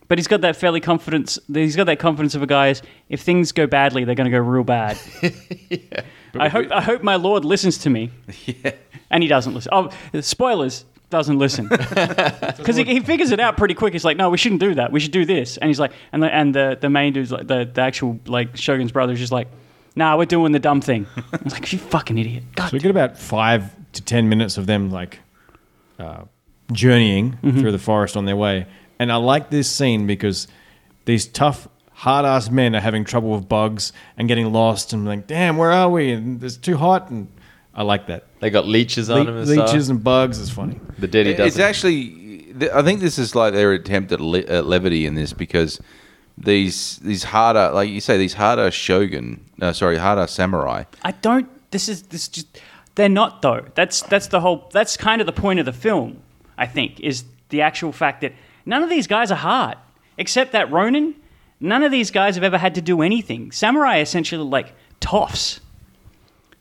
S7: But he's got that fairly confidence. He's got that confidence of a guy is if things go badly, they're going to go real bad. I hope I hope my lord listens to me. And he doesn't listen. Oh, spoilers! Doesn't listen <laughs> because he, he figures it out pretty quick. He's like, no, we shouldn't do that. We should do this. And he's like, and the and the, the main dude's like the, the actual like Shogun's brother is just like, nah, we're doing the dumb thing. <laughs> I was like, you fucking idiot. God
S6: So we get about five to ten minutes of them like uh, journeying through the forest on their way, and I like this scene because these tough, hard-ass men are having trouble with bugs and getting lost, and like, damn, where are we? And it's too hot, and I like that.
S5: They got leeches on him.
S6: Le-
S5: and stuff.
S6: leeches and bugs is funny.
S5: The dirty doesn't.
S9: It's actually, th- I think this is like their attempt at, le- at levity in this because these these harder, like you say, these harder shogun, uh, sorry, harder samurai.
S7: I don't. This is this just. They're not though. That's that's the whole. That's kind of the point of the film. I think is the actual fact that none of these guys are hard, except that Ronin. None of these guys have ever had to do anything. Samurai are essentially like toffs.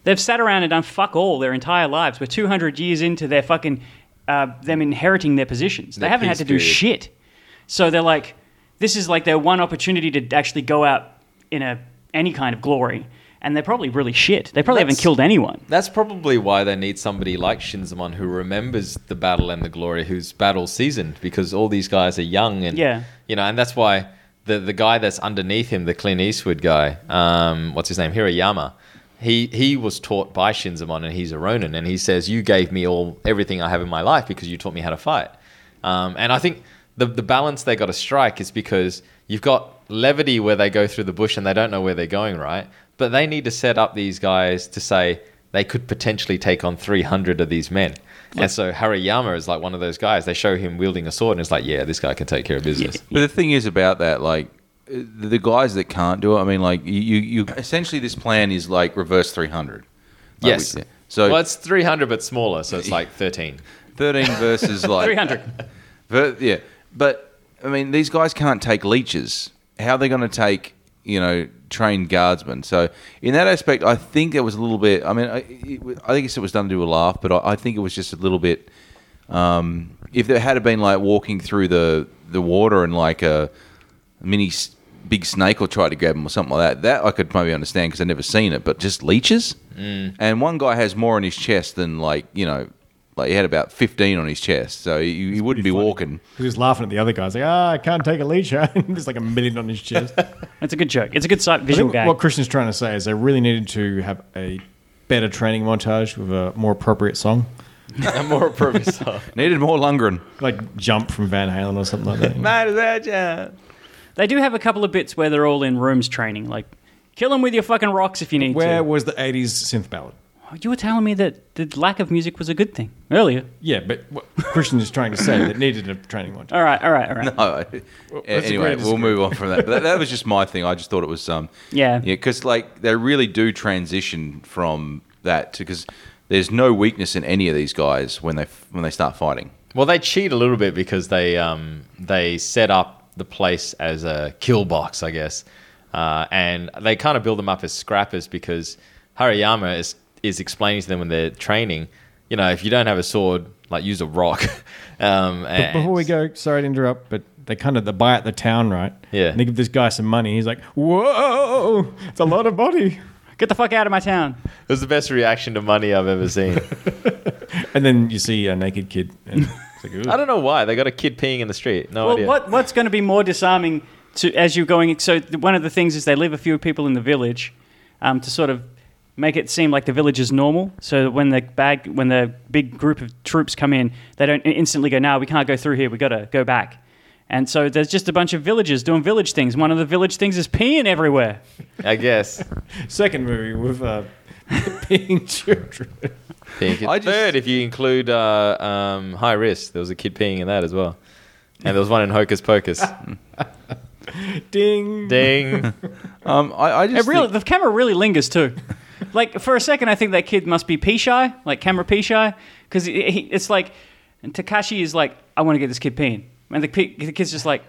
S7: They've sat around and done fuck all their entire lives. We're two hundred years into their fucking uh, them inheriting their positions. They
S9: Their
S7: haven't had to
S9: peace
S7: do
S9: period.
S7: shit. So they're like, this is like their one opportunity to actually go out in a any kind of glory. And they're probably really shit. They probably haven't
S5: That's-
S7: killed anyone.
S5: That's probably why they need somebody like Shinzamon who remembers the battle and the glory, who's battle seasoned, because all these guys are young and
S7: Yeah.
S5: you know, and that's why the the guy that's underneath him, the Clint Eastwood guy, um, what's his name, Hirayama, he he was taught by Shinzamon and he's a Ronin, and he says, "You gave me all everything I have in my life because you taught me how to fight." Um, and I think the the balance they got to strike is because you've got levity where they go through the bush and they don't know where they're going, right? But they need to set up these guys to say they could potentially take on 300 of these men. And so Hariyama is like one of those guys. They show him wielding a sword, and it's like, yeah, this guy can take care of business.
S9: But the thing is about that, like uh, the guys that can't do it. I mean, like you, you, you essentially this plan is like reverse three hundred.
S5: Yes.
S9: so
S5: well, it's 300 but smaller, so it's like 13.
S9: thirteen versus like
S7: 300.
S9: Ver- yeah, but I mean, these guys can't take leeches. How are they going to take, you know, trained guardsmen? So in that aspect, I think it was a little bit. I mean, I, it, wa- I think it was done to a laugh, but I, I think it was just a little bit. Um, if there had been like walking through the the water and like a mini s- big snake or try to grab him or something like that, that I could maybe understand because I've never seen it. But just leeches, mm. and one guy has more on his chest than like you know. Like he had about fifteen on his chest, so he, he wouldn't be walking.
S6: Because he's laughing at the other guys, like, ah, I can't take a leech out. <laughs> There's like a million on his <laughs> chest.
S7: It's a good joke. It's a good sight,
S6: I
S7: visual
S6: think
S7: gag.
S6: what Christian's trying to say is they really needed to have a better training montage with a more appropriate song,
S5: A more appropriate style.
S9: Needed more Lundgren.
S6: like "Jump" from Van Halen or something like <laughs> that.
S7: they do have a couple of bits where they're all in rooms training. Like, kill them with your fucking rocks if you need
S6: Where
S7: to.
S6: was the '80s synth ballad?
S7: You were telling me that the lack of music was a good thing earlier.
S6: Yeah, but what Christian is trying to say that needed a training montage.
S7: All right, all right, all right.
S9: Oh, anyway,
S6: great
S9: we'll move on from that. But that. That was just my thing. I just thought it was um
S7: Yeah.
S9: yeah because like they really do transition from that to because there's no weakness in any of these guys when they when they start fighting.
S5: Well, they cheat a little bit because they um, they set up the place as a kill box, I guess, uh, and they kind of build them up as scrappers because Hariyama is is explaining to them when they're training, you know, if you don't have a sword, like use a rock. <laughs> um,
S6: But
S5: and,
S6: before we go, sorry to interrupt, but they kind of they buy at the town, right?
S5: Yeah.
S6: And they give this guy some money. He's like, "Whoa, it's a lot of body."
S7: Get the fuck out of my town.
S5: it was the best reaction to money I've ever seen.
S6: And then you see a naked kid. And <laughs> it's like, "Ooh."
S5: I don't know why they got a kid peeing in the street. No
S7: Well,
S5: idea.
S7: what what's going to be more disarming to as you're going? So th- one of the things is they leave a few people in the village um, to sort of make it seem like the village is normal. So that when the bag when the big group of troops come in, they don't in- instantly go, "No, we can't go through here. We got to go back." And so there's just a bunch of villagers doing village things. One of the village things is peeing everywhere.
S5: I
S6: <laughs>
S5: guess.
S6: Second movie with uh, <laughs> being children.
S5: Peeing kids.
S9: I just-
S5: Third, if you include uh, um, high risk, there was a kid peeing in that as well, and there was one in Hocus <laughs> Pocus. <laughs>
S6: Ding.
S5: Ding.
S9: Um, I, I
S7: It
S9: just
S7: really,
S9: think-
S7: the camera really lingers too. Like for a second, I think that kid must be pee shy, like camera pee shy, because he, he, it's like and Takashi is like, I want to get this kid peeing, and the, pe- the kid's just like,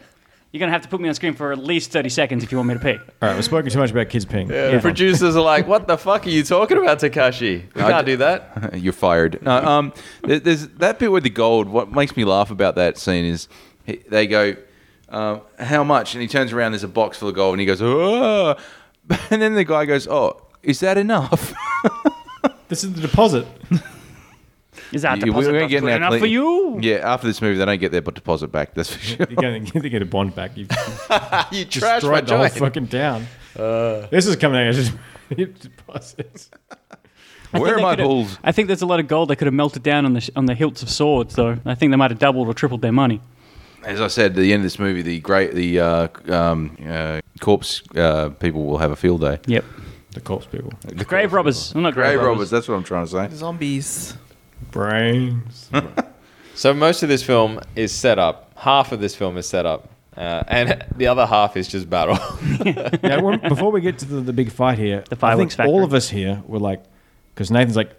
S7: You're gonna have to put me on screen for at least thirty seconds if you want me to pee.
S6: All right, we've spoken too much about kids peeing.
S5: The producers are like, "What the fuck are you talking about, Takashi? We
S9: I
S5: can't
S9: d-
S5: do that."
S9: <laughs> You're fired. No, um, there- there's that bit with the gold. What makes me laugh about that scene is he- they go, um, "How much?" And he turns around. There's a box full of gold, and he goes, "Oh!" <laughs> And then the guy goes, "Oh, is that enough?" <laughs>
S6: This is the deposit.
S7: Is that
S9: Yeah,
S7: deposit
S9: ain't
S7: not good
S9: our
S7: enough
S9: clean-
S7: for you?
S9: Yeah, after this movie, they don't get their deposit back. That's for
S6: <laughs>
S9: sure.
S6: You're going to get a bond back. You've
S5: You trash my
S6: destroyed the whole
S5: joint.
S6: fucking town. this is coming out of your <laughs> deposits.
S9: Where are
S7: think
S9: my
S7: they could've-
S9: balls?
S7: I think there's a lot of gold that could have melted down on the sh- on the hilts of swords, though. I think they might have doubled or tripled their money.
S9: As I said at the end of this movie, the great the uh, um, uh, corpse uh, people will have a field day.
S7: Yep.
S6: The corpse people.
S9: The
S7: Grave robbers. Well, not grave,
S9: Grave robbers.
S7: robbers.
S9: That's what I'm trying to say.
S8: Zombies.
S6: Brains.
S5: So most of this film is set up. Half of this film is set up, uh, and <laughs> the other half is just battle.
S6: now, when- before we get to the, the big fight here, the
S7: fireworks
S6: I think all
S7: factory.
S6: of us here were like, because Nathan's like,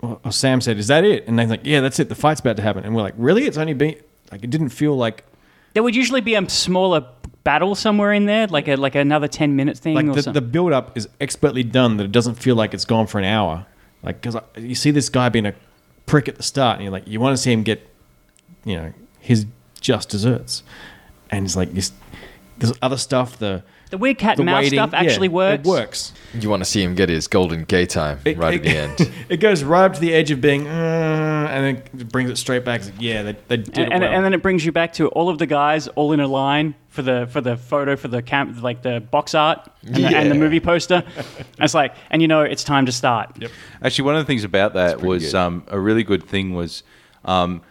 S6: or or Sam said, "Is that it?" And Nathan's like, "Yeah, that's it. The fight's about to happen." And we're like, "Really? It's only been like it didn't feel like
S7: There would usually be a smaller battle somewhere in there, like a like another ten minute thing
S6: like
S7: or
S6: the, the
S7: something.
S6: build up is expertly done that it doesn't feel like it's gone for an hour. Like because you see this guy being a prick at the start, and you're like, you want to see him get, you know, his just desserts, and it's like this, this other stuff. The
S7: The, weird cat
S6: the
S7: and mouse
S6: waiting-
S7: stuff
S6: yeah,
S7: actually works.
S6: It works.
S5: <laughs> you want to see him get his golden gay time
S6: It-
S5: right
S6: it-
S5: at the end.
S6: <laughs> it goes right up to the edge of being, uh, and then it brings it straight back. It's like, yeah, they, they did
S7: And,
S6: it
S7: and,
S6: well.
S7: and then it brings you back to all of the guys all in a line for the for the photo for the camp like the box art and, the, and the
S5: Yeah.
S7: movie poster. And it's like and you know it's time to start.
S9: Actually, one of the things about that was
S5: good.
S9: um, a really good thing was um,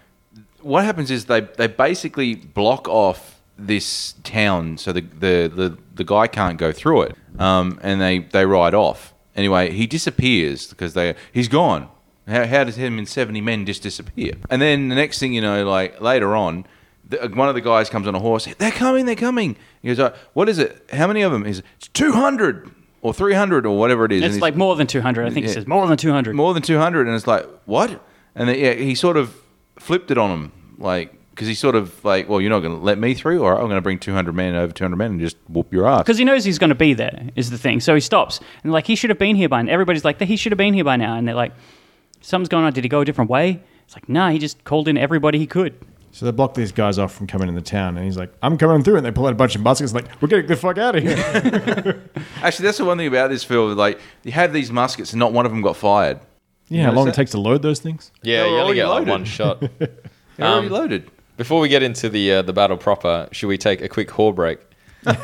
S9: what happens is they, they basically block off this town so the, the, the, the guy can't go through it um, and they, they ride off. Anyway, he disappears because they he's gone. How, how does him and 70 men just disappear? And then the next thing you know, like later on, the, one of the guys comes on a horse. They're coming, they're coming. He goes, "Oh, What is it? How many of them? He's, it's 200 or 300 or whatever it is. And
S7: It's
S9: he's-
S7: like more than two hundred. I think
S9: Yeah.
S7: he says more than two hundred.
S9: more than 200 and it's like what and then, yeah he sort of flipped it on him like because he sort of like well you're not going to let me through or i'm going to bring 200 men over 200 men and just whoop your ass
S7: because he knows he's going to be there is the thing so he stops and like he should have been here by now everybody's like he should have been here by now and they're like something's going on did he go a different way it's like nah he just called in everybody he could
S6: so they block these guys off from coming in the town, and he's like, "I'm coming through," and they pull out a bunch of muskets. Like, we're getting the fuck
S5: <laughs>
S6: out of here.
S9: actually that's the one thing about this film like you have these muskets and not one of them got fired
S6: You know how long
S9: that?
S6: it takes to load those things?
S5: <laughs> yeah,
S9: They were
S5: you only
S9: already
S5: get like
S9: loaded.
S5: one <laughs> shot.
S9: they're
S5: Um,
S9: already loaded
S5: Before we get into the uh, the battle proper, should we take a quick whore break?
S6: All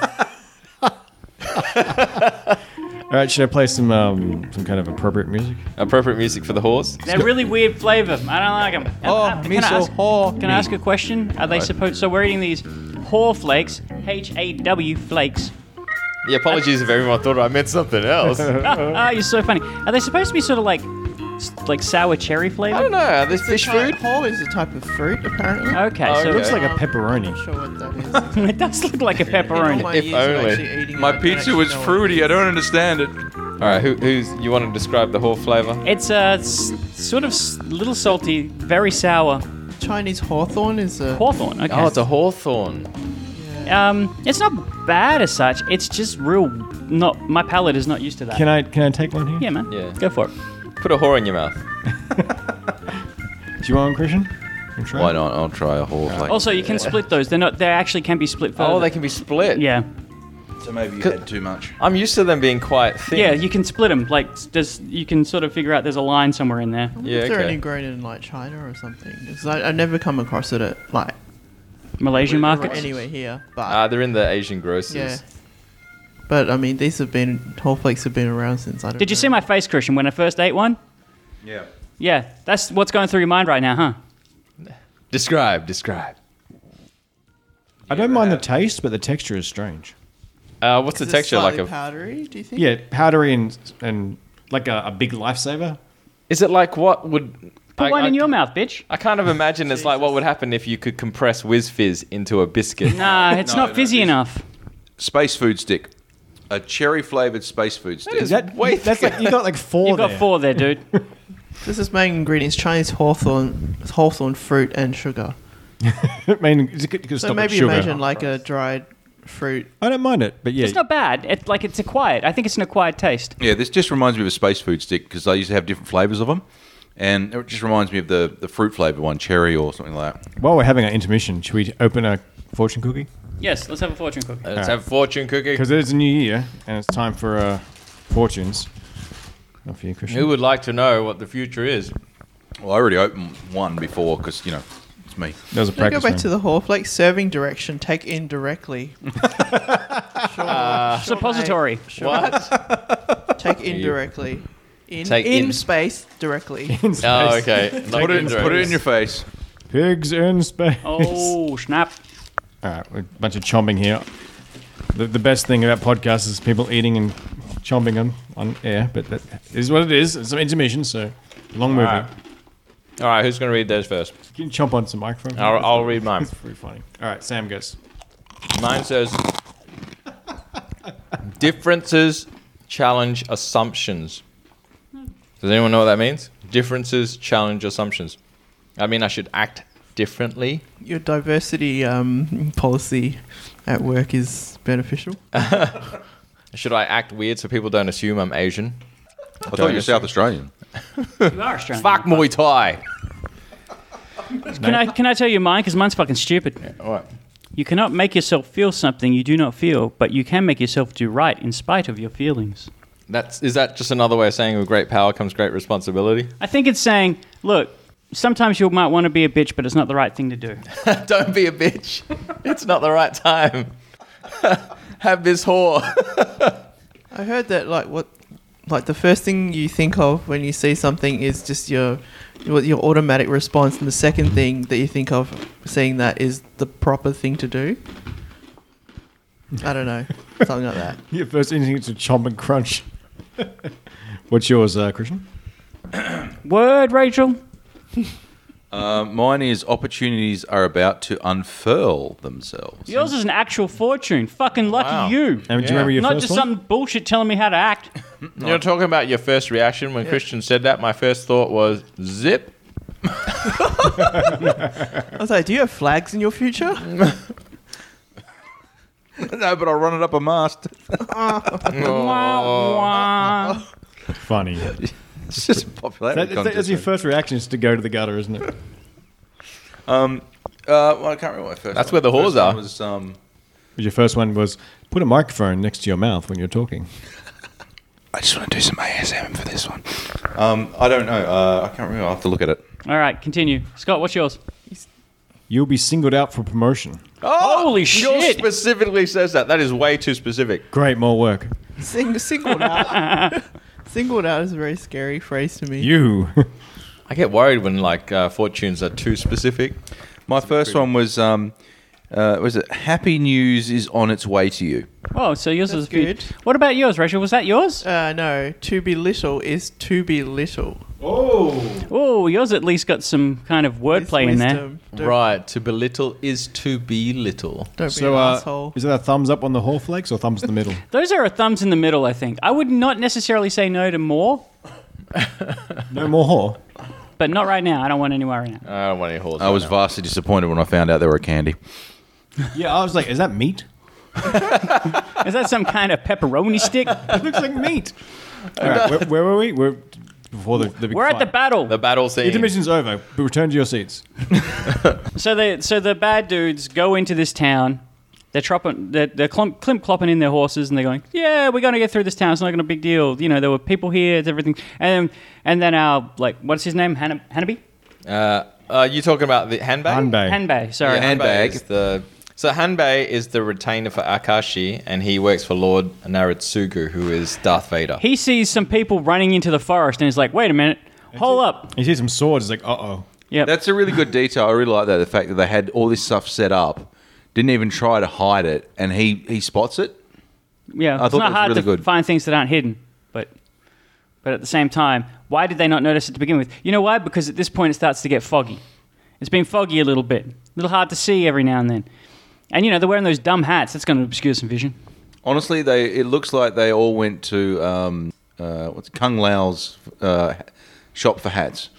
S6: right, should I play some um, some kind of appropriate music?
S5: Appropriate music for the horse.
S7: they're really weird flavor i don't like them
S9: Oh, me so
S7: ask,
S9: horny.
S7: can i ask a question are they supposed so we're eating these whore flakes h-a-w flakes
S5: Yeah, apologies if everyone thought I meant something
S7: <laughs>
S5: else. I
S7: ah you're so funny are they supposed to be sort of like s- like sour cherry flavor
S5: don't know. Are there fish
S8: Type-
S5: food?
S8: Whole is a type of fruit, apparently.
S7: okay so
S5: it
S6: Looks
S5: looks
S6: like
S5: like
S6: a
S8: I'm
S6: pepperoni.
S8: not sure what that is.
S7: <laughs> it does look like a
S8: In all
S7: pepperoni
S8: my
S5: If
S8: years of
S5: only.
S8: actually eating
S9: my
S8: it, I don't
S9: pizza
S8: actually
S9: was
S8: know what it
S9: fruity i
S8: is.
S9: don't understand it
S5: All right, who, who's you want to describe the whore flavor?
S7: It's a s- sort of s- little salty, very sour
S8: Chinese hawthorn is a.
S7: hawthorn. Okay.
S5: Oh, it's a hawthorn.
S7: um, it's not bad as such. It's just real. Not my palate is not used to that.
S6: Can I can I take one here?
S7: yeah, man.
S5: Yeah.
S7: Go for it.
S5: Put a whore in your mouth.
S7: Uh,
S6: Do you want one, Christian? I'm
S9: why not i'll try a whore flake
S7: Also, you can split those. They're not. They actually can be split. Further.
S5: Oh, they can be split.
S7: Yeah.
S9: so maybe you had too much
S5: I'm used to them being quite thin.
S7: Yeah, you can split them. Like s- there's, you can sort of figure out there's a line somewhere in there.
S5: yeah.
S8: If they're only
S5: Okay.
S8: grown in like China or something, 'Cause I, I've never come across it at like
S7: Malaysian markets.
S8: anywhere here. But
S5: Ah, they're in the Asian grocers.
S8: yeah, but I mean, these have been whole flakes have been around since I. Don't
S7: Did you
S8: know.
S7: see my face, Christian, when I first ate one?
S9: yeah
S7: Yeah, that's what's going through your mind right now, huh?
S5: Describe, describe.
S6: I don't mind the taste, but the texture is strange.
S5: Uh, what's
S8: Is
S5: the
S8: it
S5: texture like?
S8: slightly
S5: Of,
S8: powdery? Do you think?
S6: Yeah, powdery and and like a, a big lifesaver.
S5: is it like what would?
S7: Put
S5: I,
S7: one
S5: I-
S7: in your mouth, bitch.
S5: I kind of imagine it's like what would happen if you could compress Whiz Fizz into a biscuit.
S7: Nah, it's
S9: No, no,
S7: not fizzy
S9: this-
S7: enough.
S9: space food stick a cherry flavored space food stick
S5: is- That- Wait.
S6: that's like you got
S8: <laughs>
S6: like four.
S7: You've got
S6: there.
S7: four there, dude. <laughs>
S8: This is main ingredients: Chinese hawthorn, hawthorn fruit, and sugar.
S6: <laughs> I mean, it's good- you could
S8: So
S6: stop at
S8: maybe
S6: sugar.
S8: imagine like a dried fruit.
S6: I don't mind it, but yeah,
S7: It's not bad. It, like it's acquired. I think it's an acquired taste.
S9: Yeah, this just reminds me of a space food stick because I used to have different flavors of them, and it just reminds me of the, the fruit flavored one, cherry or something like that.
S6: while we're having our intermission, should we open a fortune cookie?
S7: Yes, let's have a fortune cookie.
S5: Let's have fortune cookie.
S6: Because it is a new year and it's time for uh, fortunes. Not for you, Christian.
S5: Who would like to know what the future
S7: <laughs>
S5: is?
S9: Well, I already opened one before because you know it's me.
S6: that was a
S8: Can I go
S6: practice.
S8: back
S6: run.
S8: to the Horflake serving direction? Take in directly. sure, sure,
S7: Suppository.
S8: mate. Sure. Take in directly. In,
S5: Take
S8: in,
S5: in-
S8: space
S5: <laughs>
S8: directly. <laughs>
S6: <laughs>
S5: Oh, okay.
S9: Put it, in, put it in your face.
S6: Pigs in space.
S7: Oh snap!
S6: All right, we're Uh, a bunch of chomping here. The, the best thing about podcasts is people eating and chomping on, on air, but that is what it is. It's an intermission, so long movie.
S5: right. All right, who's going to read those first?
S6: Can you chomp on some microphone?
S5: I'll, I'll read mine.
S6: It's pretty funny. All right, Sam goes.
S5: Mine says differences challenge assumptions. Does anyone know what that means? Differences challenge assumptions. I mean, I should act differently.
S8: Your diversity um, policy at work is beneficial.
S5: Should I act weird so people don't assume I'm Asian?
S9: I thought you were South Australian.
S7: You are Australian.
S5: Fuck Muay Thai.
S7: Can I can I tell you mine? Because mine's fucking stupid.
S5: All right.
S7: You cannot make yourself feel something you do not feel, but you can make yourself do right in spite of your feelings.
S5: That's is that just another way of saying with great power comes great responsibility? <laughs>
S7: I think it's saying, look, sometimes you might want to be a bitch, but it's not the right thing to
S8: <laughs>
S7: do.
S5: Don't be a bitch. It's not the right time. <laughs> Have this whore.
S8: I heard that like what like the first thing you think of when you see something is just your your your automatic response and the second thing that you think of seeing that is the proper thing to do. I don't
S5: <laughs>
S8: know. Something like that.
S6: Your first instinct is to chomp and crunch. <laughs> What's yours, uh, Christian?
S7: Word, Rachel.
S9: Um, mine is opportunities are about to unfurl themselves.
S7: Yours is an actual fortune. Fucking lucky
S5: Wow.
S7: you.
S6: And do you remember your
S7: Not
S6: first one?
S7: just some bullshit telling me how to act.
S5: You're talking about your first reaction when Christian said that. My first thought was zip.
S8: I was like, do you have flags in your future? <laughs>
S9: no, but I'll run it up a mast. <laughs>
S7: Wah, wah.
S6: Funny.
S9: It's just a popularity
S6: That, that- that's
S9: contest.
S6: your first reaction is to go to the gutter, isn't it?
S9: uh, well, I can't remember my first.
S5: That's where
S9: one-
S5: the
S9: first
S5: whores
S9: one
S5: are.
S9: Was, um,
S6: Your first one was put a microphone next to your mouth when you're talking.
S9: I just want to do some ASM for this one. Um, I don't know. Uh, I can't remember. I'll have to look at it.
S7: All right, continue. Scott, what's yours?
S6: You'll be singled out for promotion.
S7: Holy
S5: Yours
S7: shit.
S5: specifically says that. That is way too specific.
S6: Great, more work.
S8: Sing, singled out.
S5: <laughs>
S8: <laughs> singled out is a very scary phrase to me.
S6: You. <laughs>
S5: I get worried when like uh, fortunes are too specific.
S9: My first one was um, uh, was it Happy News is on its way to you?
S7: Oh, so yours
S8: That's
S7: is be-
S8: good.
S7: What about yours, Rachel? Was that yours?
S8: uh, no, to be little is to be little.
S7: Oh, yours at least got some kind of wordplay in there.
S8: Wisdom. Don't,
S5: Right, to belittle is to be little.
S8: don't be
S6: so,
S8: an
S6: uh,
S8: asshole.
S6: is it a thumbs up on the whole flakes or thumbs in the middle?
S7: Those are a thumbs in the middle, I think. I would not necessarily say no to more,
S6: <laughs> No more whore.
S7: but not right now. I don't want anywhere right
S6: Uh.
S7: now.
S5: I don't want any horse.
S9: I was vastly disappointed when I found out they were a candy.
S6: Yeah, I was like, is that <laughs> meat?
S7: Is that some kind of
S6: <laughs>
S7: pepperoni stick?
S6: It looks like meat. All right, where, where were we? We're before the, the big
S7: We're at the
S6: fight.
S7: battle.
S5: the battle scene.
S6: Intermission's over. But return to your seats.
S7: So they, so the bad dudes go into this town. They're tropping, they're, they're clump, climp clopping in their horses, and they're going, "Yeah, we're going to get through this town. It's not going to be a big deal. You know, there were people here, it's everything." And then, and then our like, what's his name? Hanna, Hannaby,
S5: Uh, uh, you talking about the handbag?
S6: Hanbei.
S7: Hanbei. Sorry,
S5: Yeah, handbag. is The so Hanbei is the retainer for Akashi, and he works for Lord Naritsugu, who is Darth Vader.
S7: he sees some people running into the forest, and he's like, "Wait a minute, hold up."
S6: You see some swords. It's like, uh oh.
S7: Yeah,
S9: That's a really good detail. I really like that. The fact that they had all this stuff set up, didn't even try to hide it, and he he spots it.
S7: yeah.
S9: I
S7: it's
S9: thought
S7: not
S9: that was
S7: hard
S9: really
S7: to
S9: good.
S7: find things that aren't hidden, but but at the same time, why did they not notice it to begin with? You know why? Because at this point, it starts to get foggy. It's been foggy a little bit, a little hard to see every now and then. And you know they're wearing those dumb hats. That's going to obscure some vision.
S9: Honestly, they it looks like they all went to um, uh, what's Kung Lao's uh, shop for hats,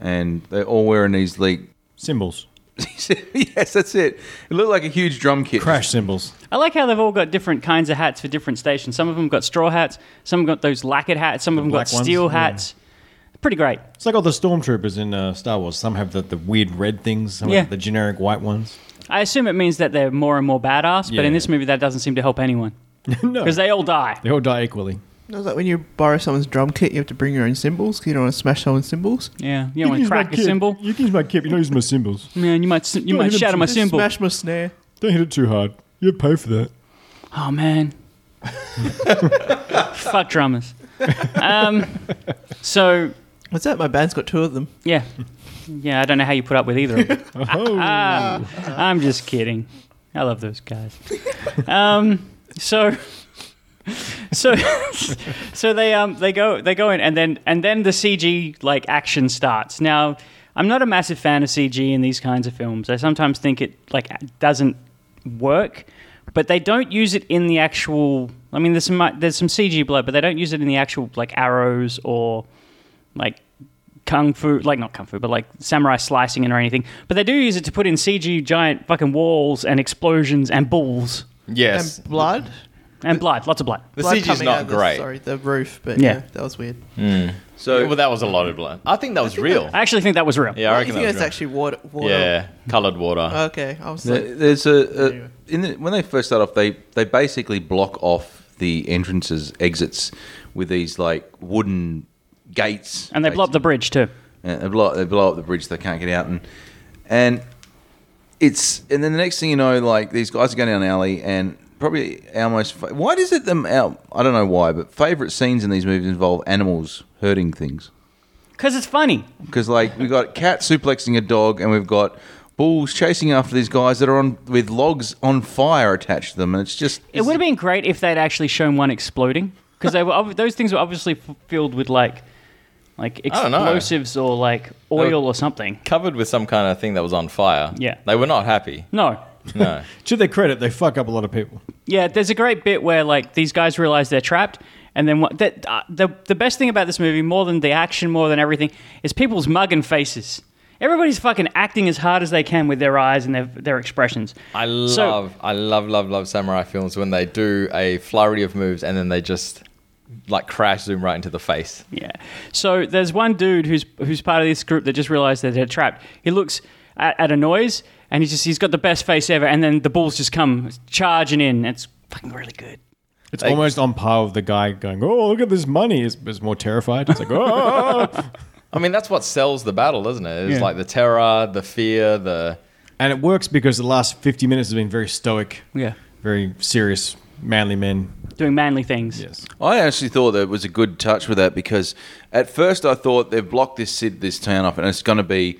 S9: and they're all wearing these like
S6: Symbols.
S9: He said, <laughs> yes, that's it. It looked like a huge drum kit.
S6: Crash cymbals.
S7: I like how they've all got different kinds of hats for different stations. Some of them got straw hats, some got those lacquered hats, some of them got
S6: black ones,
S7: steel
S6: yeah.
S7: hats. Pretty great.
S6: It's like all the stormtroopers in uh, Star Wars. Some have the, the weird red things, some
S7: Yeah.
S6: have the generic white ones. <laughs>
S7: I assume it means that they're more and more badass, but
S6: Yeah.
S7: in this movie, that doesn't seem to help anyone
S6: <laughs> no,
S7: because they all die.
S6: they all die equally.
S8: No, it's like when you borrow someone's drum kit, you have to bring your own cymbals 'cause you don't want to smash someone's cymbals.
S7: Yeah, you
S6: <laughs>
S7: don't want to crack a symbol.
S6: You can use my kit. You're not using my symbols.
S7: Man, you might s- you might
S6: even
S7: shatter my
S8: Just
S7: symbol.
S8: Smash my snare.
S6: Don't hit it too hard. You pay for that.
S7: Oh man. Fuck drummers. Um, so
S8: What's that? My band's got two of them.
S7: yeah, yeah. I don't know how you put up with either. of them. Um, I'm just kidding. I love those guys. Um, so. <laughs> So, <laughs> so they um they go they go in and then and then the CG like action starts. Now, I'm not a massive fan of CG in these kinds of films. I sometimes think it like doesn't work, but they don't use it in the actual. I mean, there's some there's some CG blood, but they don't use it in the actual like arrows or like kung fu, like not kung fu, but like samurai slicing it or anything. But they do use it to put in CG giant fucking walls and explosions and balls
S5: Yes.
S8: And blood.
S7: and blood, lots of blood.
S5: The
S8: blood
S5: CG is
S8: coming out
S5: not
S8: of the-
S5: great.
S8: sorry, the roof. But
S7: Yeah.
S8: yeah, that was weird.
S9: So,
S5: well, that was a lot of blood. I think that was real.
S7: I actually think that was real.
S5: yeah, I
S8: you
S5: reckon
S8: think
S5: that
S8: that's
S5: was real.
S8: actually water? water? Uh,
S5: Yeah, coloured water.
S8: Okay, I was
S9: There-
S8: like,
S9: There's a, a in the, when they first start off, they they basically block off the entrances, exits with these like wooden gates,
S7: And they blow up the bridge too.
S9: And Uh, they blow, they blow up the bridge. They can't get out, and and it's and then the next thing you know, like these guys are going down an alley, and probably our most fa- why does it them out? I don't know why, but favorite scenes in these movies involve animals hurting things
S7: Because it's funny.
S9: because like we've got cat suplexing a dog and we've got bulls chasing after these guys that are on with logs on fire attached to them and it's just
S7: It would have been great if they'd actually shown one exploding. Because they were ob- those things were obviously f- filled with like like
S5: don't know.
S7: explosives or like oil or something.
S5: Covered with some kind of thing that was on fire.
S7: Yeah.
S5: They were not happy.
S7: No.
S5: No.
S6: To their credit, they fuck up a lot of people.
S7: Yeah, there's a great bit where like these guys realize they're trapped, and then what? That, uh, the the best thing about this movie, more than the action, more than everything, is people's mugging faces. Everybody's fucking acting as hard as they can with their eyes and their their expressions.
S2: I
S7: So-
S2: love, I love, love, love samurai films when they do a flurry of moves and then they just like crash zoom right into the face.
S7: Yeah. So there's one dude who's who's part of this group that just realized that they're trapped. He looks at, at a noise and he's just he's got the best face ever, and then the bulls just come charging in. It's fucking really good.
S6: It's almost on par with the guy going, "Oh, look at this money!" Is is more terrified. It's like, "Oh!"
S2: I mean, that's what sells the battle, doesn't it? It's like the terror, the fear, the
S6: <laughs> and it works because the last fifty minutes has been very stoic,
S7: Yeah.
S6: very serious, manly men.
S7: Doing manly things.
S6: Yes,
S9: I actually thought that it was a good touch with that because at first I thought they've blocked this city, this town up, and it's going to be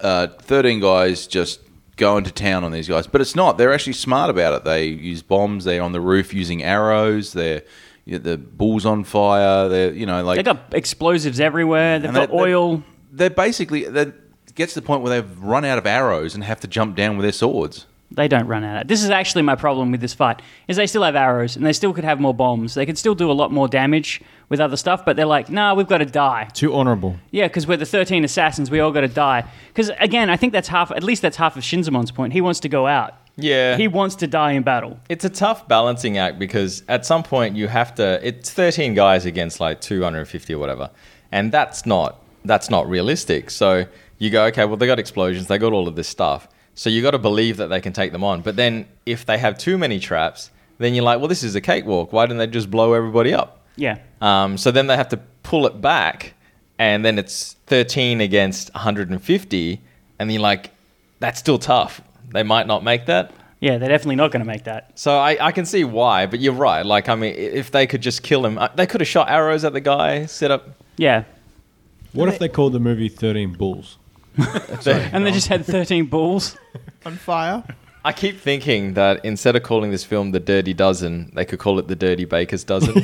S9: uh, thirteen guys just going to town on these guys. But it's not. They're actually smart about it. They use bombs. They're on the roof using arrows. They're you know, the bulls on fire. They're you know like
S7: They got explosives everywhere. They've
S9: And
S7: got
S9: they- they-
S7: oil.
S9: They're basically that gets to the point where they've run out of arrows and have to jump down with their swords.
S7: They don't run out. of This is actually my problem with this fight. Is they still have arrows and they still could have more bombs. They could still do a lot more damage with other stuff, but they're like, nah, we've got to die.
S6: too honourable.
S7: Yeah, because we're the thirteen assassins. We all got to die. Because again, I think that's half. At least that's half of Shinzamon's point. He wants to go out.
S2: yeah.
S7: He wants to die in battle.
S2: it's a tough balancing act because at some point you have to it's 13 guys against like 250 or whatever and that's not that's not realistic so you go okay well they got explosions they got all of this stuff so you got to believe that they can take them on but then if they have too many traps then you're like well this is a cakewalk why didn't they just blow everybody up
S7: Yeah.
S2: um, so then they have to pull it back, and then it's 13 against 150, and you're like, that's still tough. They might not make that.
S7: Yeah, they're definitely not going to make that.
S2: So I, I can see why, but you're right. Like, I mean, i- if they could just kill him, uh, they could have shot arrows at the guy, set up.
S7: Yeah.
S6: What if they called the movie Thirteen Bulls?
S7: And they just had thirteen balls.
S8: on fire.
S2: <laughs> I keep thinking that instead of calling this film The Dirty Dozen, they could call it The Dirty Baker's
S7: <laughs>
S2: Dozen.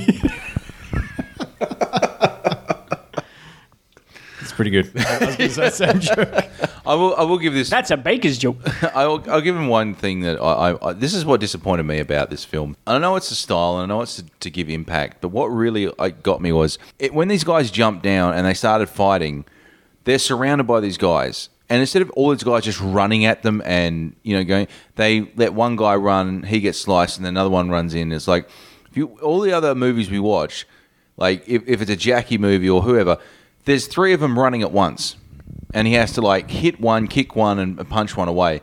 S6: It's pretty good. <laughs> I was gonna say the same joke.
S9: I will. I will give this.
S7: That's a baker's joke.
S9: <laughs> I'll, I'll give him one thing that I, I, I. This is what disappointed me about this film. And I know it's a style, and I know it's to, to give impact. But what really I, got me was it, when these guys jumped down and they started fighting. They're surrounded by these guys, And instead of all these guys just running at them and you know going, they let one guy run, he gets sliced, and another one runs in. It's like if you, all the other movies we watch, like if, if it's a Jackie movie or whoever, there's three of them running at once, and he has to like hit one, kick one, and punch one away.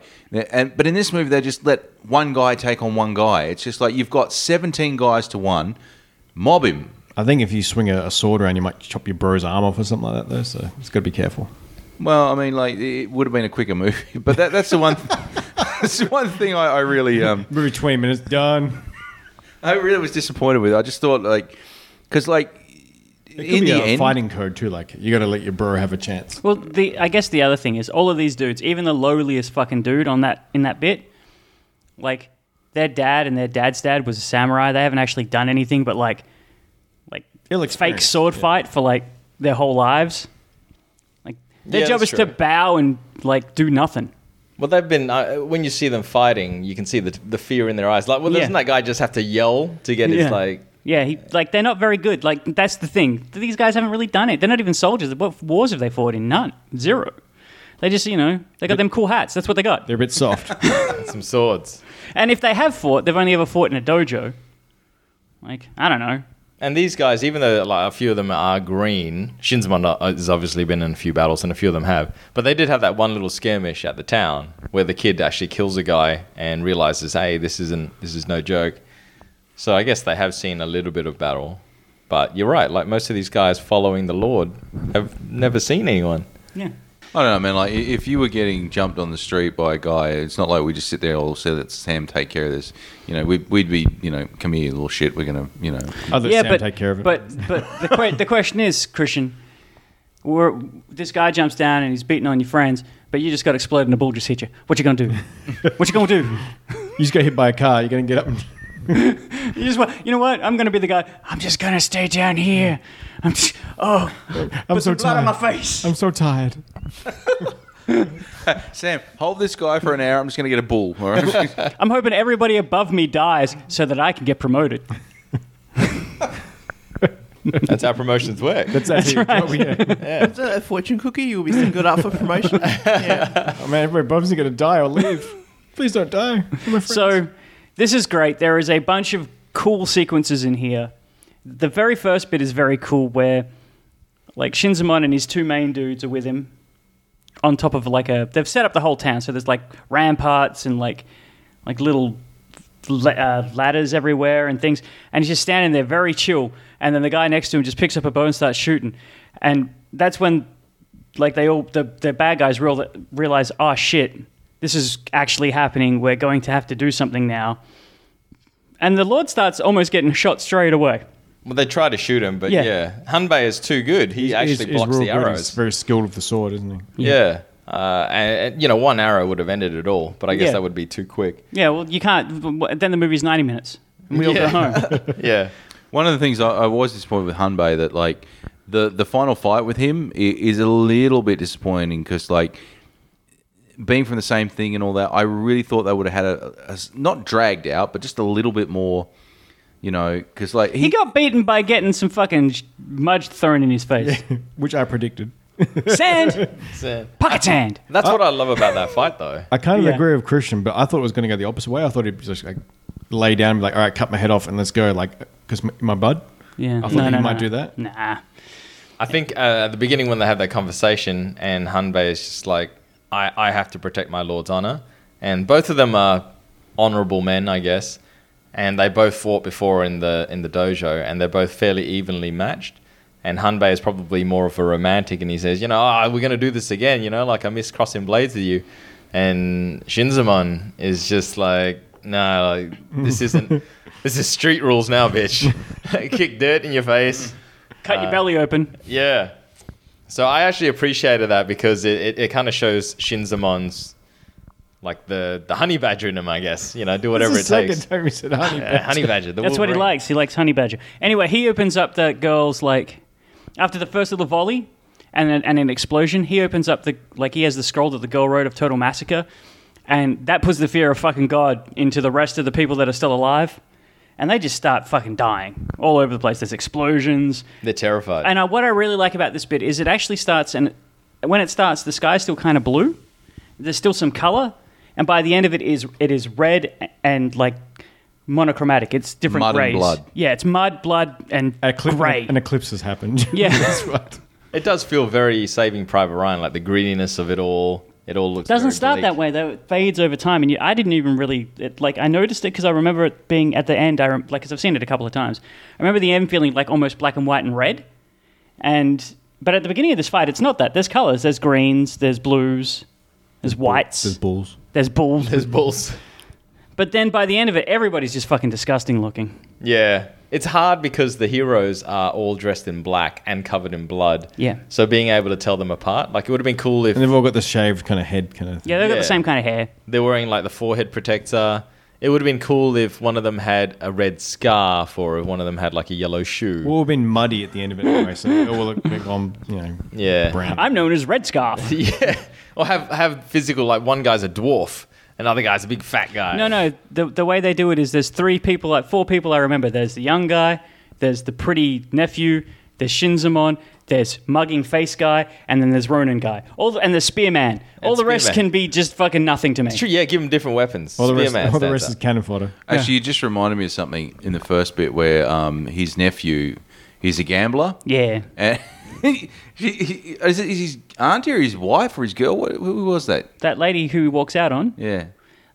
S9: And but in this movie, they just let one guy take on one guy. It's just like you've got 17 guys to one, mob him.
S6: I think if you swing a, a sword around, you might chop your bro's arm off or something like that, though. So it's got to be careful.
S9: Well, I mean, like it would have been a quicker <laughs> movie, but that, that's the one. <laughs> that's the one thing I, I really, um,
S6: Movie 20 minutes, done.
S9: I really was disappointed with. I just thought like, because like
S6: It
S9: in
S6: could be
S9: the
S6: a
S9: end,
S6: fighting code, too. Like, you got to let your bro have a chance.
S7: Well, the I guess the other thing is all of these dudes, even the lowliest fucking dude on that in that bit, like their dad and their dad's dad was a samurai. They haven't actually done anything but like like
S6: Ill
S7: fake
S6: experience,
S7: sword
S6: yeah.
S7: fight for like their whole lives. Like their
S5: Yeah,
S7: job is
S5: that's
S7: to
S5: true.
S7: bow and like do nothing.
S5: Well, they've been uh, when you see them fighting, you can see the the fear in their eyes. Like, well,
S7: Yeah.
S5: doesn't that guy just have to yell to get his
S7: Yeah.
S5: like?
S7: Yeah, he like they're not very good. Like that's the thing. These guys haven't really done it. They're not even soldiers. What wars have they fought in? None. Zero. They just, you know, they got them cool hats. That's what they got.
S6: They're a bit <laughs> soft.
S5: some swords.
S7: And if they have fought, they've only ever fought in a dojo. Like, I don't know.
S5: And these guys, even though like a few of them are green, Shinzman has obviously been in a few battles, and a few of them have. But they did have that one little skirmish at the town where the kid actually kills a guy and realizes, hey, this isn't this is no joke. So I guess they have seen a little bit of battle. But you're right. Like most of these guys following the Lord have never seen anyone.
S7: Yeah.
S9: I don't know, man. Like i- if you were getting jumped on the street by a guy, it's not like we just sit there all say, "Let Sam take care of this." You know, we'd, we'd be, you know, come here, little shit. We're gonna, you know,
S6: Other
S7: yeah,
S6: Sam
S7: but,
S6: take care of it.
S7: but
S6: <laughs>
S7: but the, que- the question is, Christian, we're, this guy jumps down and he's beating on your friends, but you just got exploded and a ball just hit you. What you
S6: <laughs>
S7: gonna do? what you gonna do?
S6: you just got hit by a car, you're going to get up and.
S7: You just wa- you know what? I'm gonna be the guy. I'm just gonna stay down here. I'm just,
S6: <laughs>
S7: oh,
S6: I'm
S7: put
S6: so
S7: some blood
S6: tired.
S7: on my face.
S6: I'm so tired.
S9: Sam, hold this guy for an hour. I'm just gonna get a bull. All right? <laughs>
S7: I'm hoping everybody above me dies so that I can get promoted.
S5: That's how promotions work.
S6: That's, that's right.
S8: Is that a fortune cookie? You'll be singled out for
S5: <laughs>
S8: promotion. yeah.
S6: Oh man, everybody bums are going to die or leave. <laughs> Please don't die. We're my friends.
S7: So this is great. There is a bunch of cool sequences in here. The very first bit is very cool where like Shinzamon and his two main dudes are with him on top of like a they've set up the whole town so there's like ramparts and like like little la- uh, ladders everywhere and things and he's just standing there very chill and then the guy next to him just picks up a bow and starts shooting and that's when like they all the, the bad guys real, realize oh shit this is actually happening we're going to have to do something now and the lord starts almost getting shot straight away
S5: Well, they try to shoot him, but
S7: Yeah.
S5: yeah, Hanbei is too good. He
S6: He's-
S5: actually
S6: he's
S5: blocks
S6: real
S5: the
S6: good. He's
S5: arrows.
S6: very skilled with the sword, isn't he?
S5: Yeah. Uh, and, and, you know, one arrow would have ended it all, but I guess
S7: Yeah.
S5: that would be too quick.
S7: yeah well you can't w- w- then the movie's 90 minutes and we all go
S5: Yeah.
S6: <laughs>
S7: home
S5: Yeah.
S9: One of the things I, I was disappointed with Hunbei that like the the final fight with him i- is a little bit disappointing because like being from the same thing and all that, I really thought they would have had a, a s- not dragged out, but just a little bit more, you know, because like
S7: he got beaten by getting some fucking sh- mud thrown in his face
S6: Which I predicted. <laughs>
S7: sand
S5: So-
S7: pocket sand
S5: That's what I love about that fight, though.
S6: I kind of
S7: Yeah.
S6: agree with Christian, but I thought it was going to go the opposite way. I thought he'd just like lay down and be like, all right, cut my head off and let's go. Like, because my, my bud.
S7: yeah
S6: I thought he might do that.
S7: nah
S5: I think uh, at the beginning when they have that conversation, and Hanbei is just like, I, I have to protect my lord's honor. And both of them are honorable men, I guess. And they both fought before in the in the dojo, and they're both fairly evenly matched. And Hanbei is probably more of a romantic, and he says, you know, oh, we're going to do this again, you know, like I miss crossing blades with you. And Shinzamon is just like, no, like, this isn't, this is street rules now, bitch. <laughs> Kick dirt in your face.
S7: cut your belly open
S5: Yeah. So I actually appreciated that because it, it, it kind of shows Shinzamon's like the, the honey badger in him, I guess. You know, do whatever
S6: This
S5: it
S6: is the
S5: takes. <laughs>
S6: second time he said honey.
S5: Uh, honey badger. The
S7: That's what he
S5: Wolverine.
S7: likes. He likes Honey Badger. Anyway, he opens up the girl's like after the first little volley and an, and an explosion. He opens up the like he has the scroll that the girl wrote of Total Massacre, and that puts the fear of fucking God into the rest of the people that are still alive, and they just start fucking dying all over the place. There's explosions,
S5: They're terrified.
S7: and I, what I really like about this bit is it actually starts and when it starts, the sky's still kind of blue. There's still some color, and by the end of it is it is red and like monochromatic. It's different
S9: Mud and
S7: grays.
S9: blood.
S7: Yeah, it's mud, blood, and
S6: Eclipse,
S7: gray.
S6: <laughs> An eclipse has happened.
S7: Yeah.
S6: <laughs>
S7: <laughs>
S6: That's right.
S5: It does feel very Saving Private Ryan, like the greediness of it all. It all looks
S7: doesn't
S5: very
S7: start
S5: bleak.
S7: that way though. It fades over time, and you, I didn't even really it, like. I noticed it because I remember it being at the end. I rem, like because I've seen it a couple of times. I remember the end feeling like almost black and white and red, and but at the beginning of this fight, it's not that. There's colors. There's greens. There's blues. There's whites.
S6: There's
S7: There's,
S6: balls.
S7: bulls.
S5: There's balls.
S7: But then by the end of it, everybody's just fucking disgusting looking.
S5: Yeah. It's hard because the heroes are all dressed in black and covered in blood.
S7: Yeah.
S5: So being able to tell them apart, like it would have been cool if
S6: And they've all got the shaved kind of head kind of thing.
S7: Yeah, they've got
S5: Yeah.
S7: the same kind of hair.
S5: they're wearing like the forehead protector. It would have been cool if one of them had a red scarf or if one of them had like a yellow shoe.
S6: We've all been muddy at the end of it anyway, so it all look they've gone, you know,
S5: Yeah.
S6: brown.
S7: I'm known as Red Scarf.
S5: Yeah. Or have have physical like one guy's a dwarf, another guy's a big fat guy.
S7: No, no. The, the way they do it is there's three people, like four people I remember. There's the young guy, there's the pretty nephew, there's Shinzamon, there's mugging face guy, and then there's Ronin guy. All the, and there's Spearman. All the rest
S5: Spearman.
S7: can be just fucking nothing to me.
S5: True, yeah, give them different weapons.
S6: all the rest,
S5: Spearman
S6: all the
S5: stands
S6: rest
S5: up.
S6: is cannon fodder.
S9: Actually, you just reminded me of something in the first bit where um, his nephew, he's a gambler.
S7: Yeah.
S9: And <laughs> he, he, he- is it his auntie or his wife or his girl? What, who was that?
S7: That lady who he walks out on,
S9: Yeah.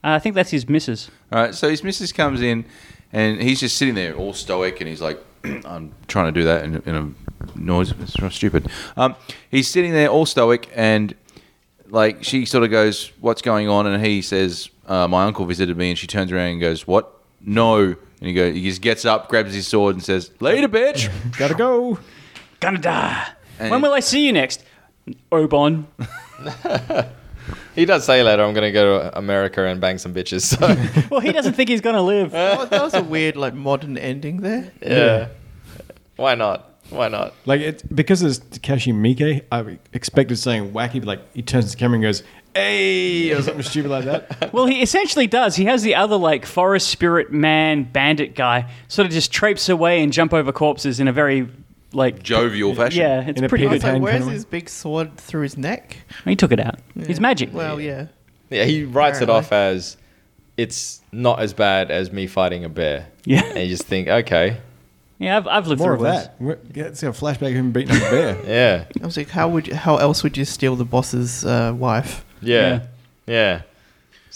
S7: uh, I think that's his missus.
S9: All right. So his missus comes in and he's just sitting there all stoic and he's like, <clears throat> I'm trying to do that in, in a noise. It's not stupid. Um, he's sitting there all stoic and like she sort of goes, What's going on? And he says, uh, My uncle visited me. And she turns around and goes, What? No. And he goes, he just gets up, grabs his sword, and says, "Later, bitch."
S6: Gotta go.
S7: Gonna die.
S9: And-
S7: When will I see you next? Obon.
S5: He does say later, I'm going to go to America and bang some bitches.
S6: <laughs>
S5: So,
S7: well, he doesn't think he's gonna <laughs> live.
S8: That that was a weird, like, modern ending there.
S5: yeah. Why not? Why not?
S6: Like it because it's Takashi Miike, I expected something wacky, but like he turns to the camera and goes, Hey or something stupid like
S7: <laughs>
S6: that.
S7: Well, he essentially does. He has the other like forest spirit man bandit guy sort of just traipse away and jump over corpses in a very like
S9: Jovial fashion.
S7: yeah, it's
S6: In a
S7: pretty
S6: Peter
S7: good. Oh,
S8: It's like,
S6: Hand
S8: where's
S6: kinda
S8: his big sword through his neck?
S7: He took it out. He's magic.
S8: Well, yeah.
S5: Yeah, he writes
S8: Apparently.
S5: it off as it's not as bad as me fighting a bear.
S7: Yeah.
S5: And you just think, okay,
S7: yeah, I've, I've lived
S6: More
S7: through
S6: of
S7: worse.
S6: that. We're- yeah, Let's have a flashback of him beating up a bear.
S7: <laughs>
S5: yeah,
S8: I was like, how would you, how else would you steal the boss's uh, wife?
S5: yeah, yeah.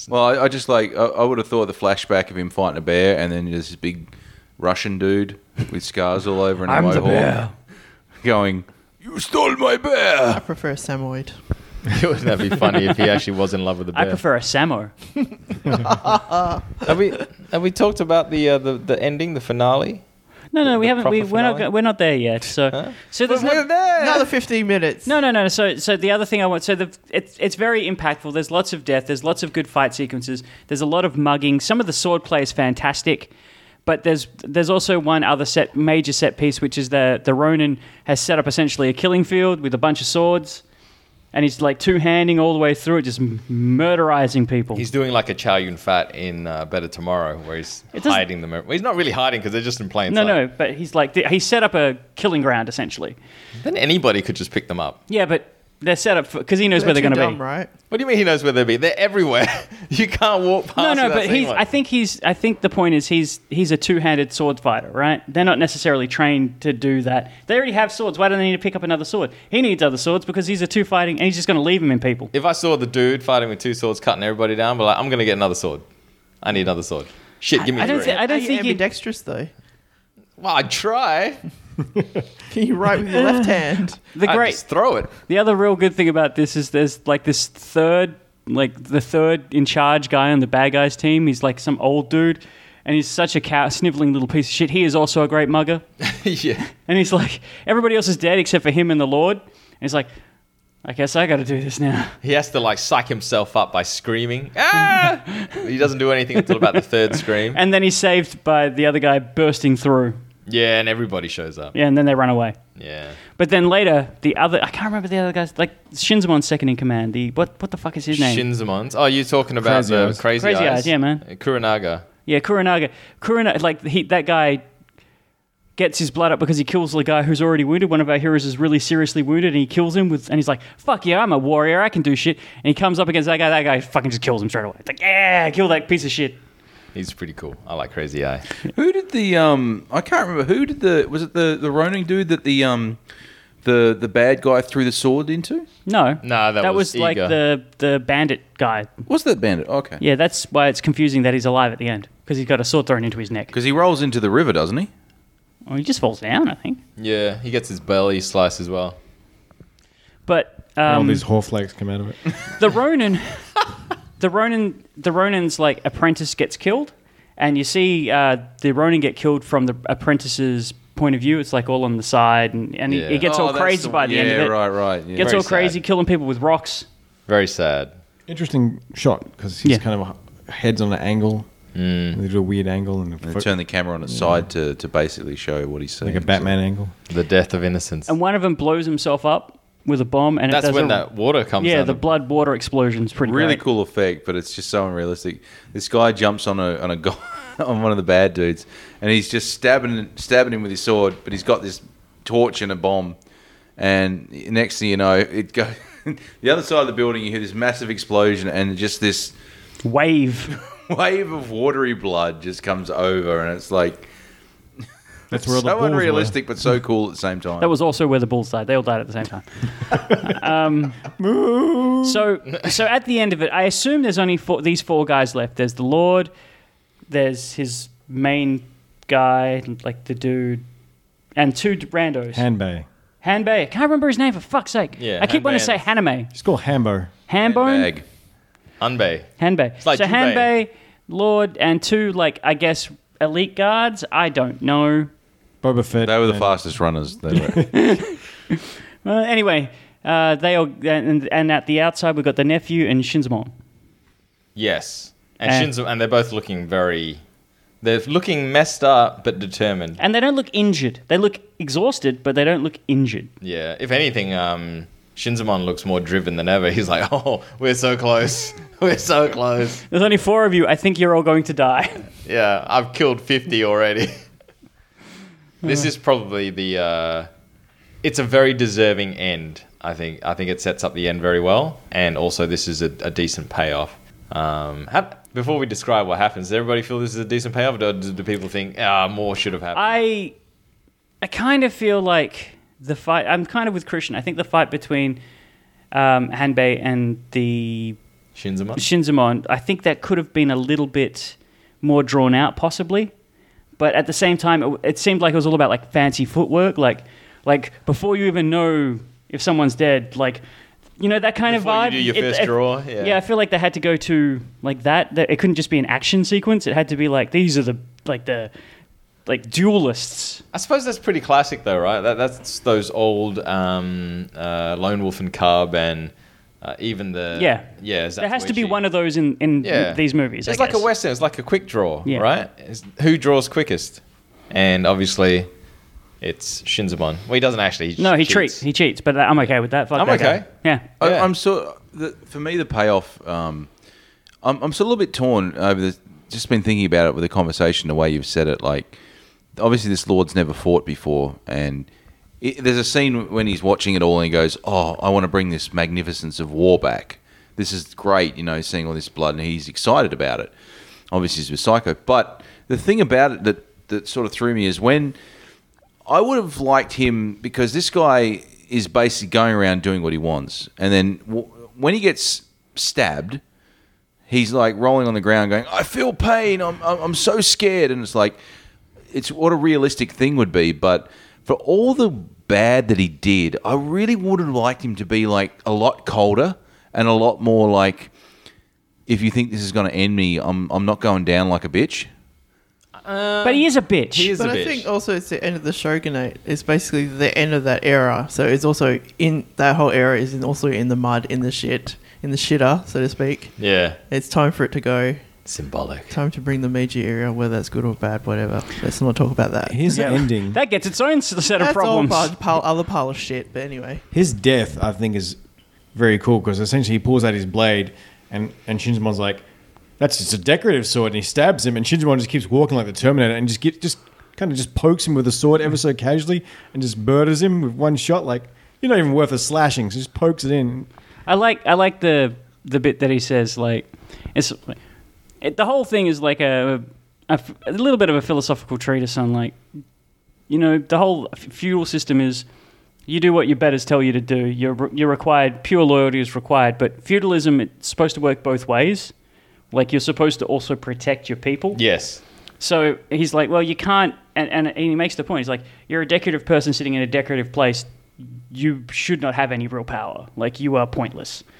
S9: Well, I, I just like I, I would have thought the flashback of him fighting a bear, and then there's this big Russian dude with scars all over and a mohawk <laughs> going, "You stole my
S8: I
S9: bear."
S8: prefer a samoyed.
S5: <laughs> Wouldn't that be funny
S7: <laughs>
S5: if he actually was in love with the bear?
S7: I prefer a Samo.
S5: Have we have we talked about the uh, the the ending, the finale?
S7: No, no, we
S5: The
S7: haven't. We,
S5: proper
S7: we're not.
S5: finale?
S7: go- We're not there yet. So, so there's no,
S8: Another 15 minutes.
S7: No, no, no. So, so the other thing I want, so the it's it's very impactful. There's lots of death. There's lots of good fight sequences. There's a lot of mugging. Some of the sword play is fantastic, but there's there's also one other set major set piece, which is the the Ronin has set up essentially a killing field with a bunch of swords, and he's like two handing all the way through it, just m- murderizing people.
S5: He's doing like a Chow Yun Fat in uh, Better Tomorrow, where he's
S7: It doesn't-
S5: hiding them. Well, he's not really hiding because they're just in plain
S7: no,
S5: sight.
S7: no, but he's like he set up a killing ground essentially.
S5: Then anybody could just pick them up.
S7: Yeah, but they're set up because he knows
S8: They're
S7: where they're
S8: too
S7: going to
S8: dumb,
S7: be.
S8: right?
S5: What do you mean he knows where they'll be? They're everywhere. <laughs> you can't walk past.
S7: No, no,
S5: without
S7: but
S5: seeing
S7: he's.
S5: one.
S7: I think he's. I think the point is he's. He's a two-handed sword fighter, right? They're not necessarily trained to do that. They already have swords. Why do they need to pick up another sword? He needs other swords because he's a two-fighting, and he's just going to leave them in people.
S5: if I saw the dude fighting with two swords, cutting everybody down, but like, I'm gonna get another sword. I need another sword. Shit, give me
S7: I don't.
S5: three.
S7: Th- I
S8: Are
S7: don't
S8: you
S7: think he.
S8: ambidextrous though.
S5: well, I'd try.
S8: Can you write with your
S7: <laughs>
S8: left hand?
S7: The
S5: I'd
S7: great.
S5: just throw it. <laughs>
S7: The other real good thing about this is there's like this third, like the third in charge guy on the bad guys team. He's like some old dude, and he's such a cow, sniveling little piece of shit. He is also a great mugger.
S5: yeah.
S7: And he's like, everybody else is dead except for him and the Lord. And he's like, I guess I got to do this now.
S5: He has to like psych himself up by screaming.
S7: <laughs>
S5: Ah! he doesn't do anything until about the third scream.
S7: And then he's saved by the other guy bursting through.
S5: Yeah, and everybody shows up.
S7: Yeah, and then they run away.
S5: Yeah.
S7: But then later, the other I can't remember the other guys. Like Shinzamon's second in command. The what? What the fuck is his name?
S5: Shinzamon's. Oh, you're talking about
S6: Crazy
S5: the
S6: Eyes.
S5: crazy,
S7: Crazy
S5: eyes. Uh,
S7: Eyes, yeah, man.
S5: Kuranaga.
S7: yeah, Kuranaga. Kuranaga. Like he, that guy. gets his blood up because he kills the guy who's already wounded. One of our heroes is really seriously wounded, and he kills him with, and he's like, "Fuck yeah, I'm a warrior. I can do shit." And he comes up against that guy. That guy fucking just kills him straight away. It's like, yeah, kill that piece of shit.
S5: He's pretty cool. I like Crazy Eye.
S9: Who did the um? I can't remember who did the was it the the Ronin dude that the um, the the bad guy threw the sword into?
S7: No,
S5: No, that was
S7: was like
S5: Ego.
S7: the the bandit guy.
S9: Was that bandit? Oh, Okay.
S7: Yeah, that's why it's confusing that he's alive at the end because he's got a sword thrown into his neck.
S9: Because he rolls into the river, doesn't he?
S7: Well, he just falls down, I think.
S5: Yeah, he gets his belly sliced as well.
S7: But
S6: all
S7: um,
S6: these horflakes come out of it.
S7: the Ronin, the Ronin, the Ronin's like apprentice gets killed, and you see uh, the Ronin get killed from the apprentice's point of view. It's like all on the side, and, and he, he
S5: Yeah.
S7: gets
S9: Oh,
S7: all
S9: that's
S7: crazy
S9: the-
S7: by the end of
S9: yeah,
S7: it.
S9: right, right, yeah.
S7: Gets
S5: Very
S7: all crazy,
S5: sad.
S7: killing people with rocks.
S5: Very sad.
S6: Interesting shot because he's
S7: Yeah. Hmm.
S6: kind of h- heads on an angle. Mm. They do a weird angle and,
S9: And
S6: fo-
S9: turn the camera on its side to, to basically show what he's seeing.
S6: like a Batman angle.
S5: The death of innocence.
S7: And one of them blows himself up with a bomb, and it
S5: That's
S7: does
S5: when
S7: a-
S5: that water comes.
S7: yeah
S5: down
S7: the blood water explosion's pretty
S9: Really
S7: great.
S9: cool effect, but it's just so unrealistic. This guy jumps on a on a guy <laughs> on one of the bad dudes, and he's just stabbing stabbing him with his sword. But he's got this torch and a bomb, and next thing you know, it go <laughs> the other side of the building. You hear this massive explosion, and just this <laughs>
S7: wave.
S9: wave of watery blood just comes over, and it's like
S6: That's where all the
S9: so
S6: balls were.
S9: unrealistic,
S6: <laughs>
S9: but so cool at the same time.
S7: That was also where the bulls died. They all died at the same time. um, so, so at the end of it, I assume there's only four, these four guys left. There's the Lord, there's his main guy, like the dude, and two d- randos.
S6: Hanbei.
S7: Hanbei. I can't remember his name for fuck's sake.
S5: Yeah,
S7: I keep wanting to say
S5: Hanbei.
S7: Haname.
S6: It's called Hambo.
S7: Hanbone.
S9: bag.
S5: Unbay.
S7: Hanbei.
S5: like
S7: so
S5: Jubei.
S7: Hanbei, Lord, and two like I guess elite guards. I don't know.
S6: Boba Fett.
S9: They were the
S6: and-
S9: fastest runners. They were.
S7: Uh, anyway, uh, they all and, and at the outside we've got the nephew and Shinzamon.
S5: Yes. And
S7: And-
S5: Shinzo, and they're both looking very. They're looking messed up but determined.
S7: And they don't look injured. They look exhausted, but they don't look injured.
S5: Yeah. If anything, um, Shinzamon looks more driven than ever. <laughs> He's like, oh, we're so close. <laughs> We're so close.
S7: There's only four of you. I think you're all going to die. <laughs>
S5: Yeah, I've killed 50 already. <laughs> this is probably the. Uh, it's a very deserving end. I think. I think it sets up the end very well, and also this is a, a decent payoff. Um, hap- before we describe what happens, does everybody feel this is a decent payoff, or do, do people think ah more should have happened?
S7: I, I kind of feel like the fight. I'm kind of with Christian. I think the fight between um, Hanbei and the
S5: Shinzamon.
S7: Shinzamon, I think that could have been a little bit more drawn out, possibly. But at the same time, it, it seemed like it was all about like fancy footwork, like like before you even know if someone's dead, like you know that kind
S5: Before
S7: of
S5: you
S7: vibe.
S5: do your first draw, yeah.
S7: I feel like they had to go to like that. That it couldn't just be an action sequence. It had to be like these are the like the like duelists.
S5: I suppose that's pretty classic, though, right? That, that's those old um, uh, Lone Wolf and Cub, and uh, even the
S7: Yeah.
S5: yeah.
S7: There has to be one of those in in these movies. I
S5: It's like
S7: guess.
S5: a western. It's like a quick draw,
S7: Yeah.
S5: right? It's who draws quickest? And obviously, it's Shinzamon. Well, he doesn't actually. He
S7: No, he
S5: cheats.
S7: treats. He cheats, but I'm okay with that. Fuck
S5: I'm
S7: that guy.
S5: okay. Um,
S7: Yeah.
S9: I,
S5: Yeah.
S9: I'm so the, for me the payoff. Um, I'm I'm still a little bit torn over this. Just been thinking about it with the conversation, the way you've said it. Like, obviously, this lord's never fought before, and it, there's a scene when he's watching it all and he goes, "Oh, I want to bring this magnificence of war back. This is great, you know, seeing all this blood, and he's excited about it. Obviously, he's with Psycho, but the thing about it that that sort of threw me is when I would have liked him because this guy is basically going around doing what he wants, and then w- when he gets stabbed, he's like rolling on the ground, going, "I feel pain. I'm I'm, I'm so scared." And it's like, it's what a realistic thing would be, but for all the bad that he did, I really would have liked him to be like a lot colder and a lot more like, if you think this is going to end me, I'm I'm not going down like a bitch.
S7: But he is a bitch.
S5: He is
S8: But
S5: a
S8: I
S5: bitch.
S8: think also it's the end of the shogunate. It's basically the end of that era. So it's also in that whole era is in, also in the mud, in the shit, in the shitter, so to speak.
S5: yeah,
S8: It's time for it to go.
S5: symbolic.
S8: Time to bring the Meiji era, whether that's good or bad, whatever. Let's not talk about that.
S6: Here's
S7: Yeah.
S6: the ending.
S7: That gets its own s- set of
S8: that's
S7: problems.
S8: all part, pile, other pile of shit. But anyway,
S6: His death, I think, is very cool because essentially he pulls out his blade and, and Shinzamon's like, that's just a decorative sword. And he stabs him, and Shinzamon just keeps walking like the Terminator and just get, just kind of just pokes him with a sword ever so casually and just murders him with one shot. Like, you're not even worth a slashing. So just pokes it in.
S7: I like I like the the bit that he says like it's it, the whole thing is like a, a f- a little bit of a philosophical treatise on like you know the whole f- feudal system is you do what your betters tell you to do you're re- you're required pure loyalty is required but feudalism it's supposed to work both ways like you're supposed to also protect your people
S2: Yes.
S7: so he's like, well, you can't, and, and, and he makes the point. He's like, you're a decorative person sitting in a decorative place. You should not have any real power. Like you are pointless. <laughs>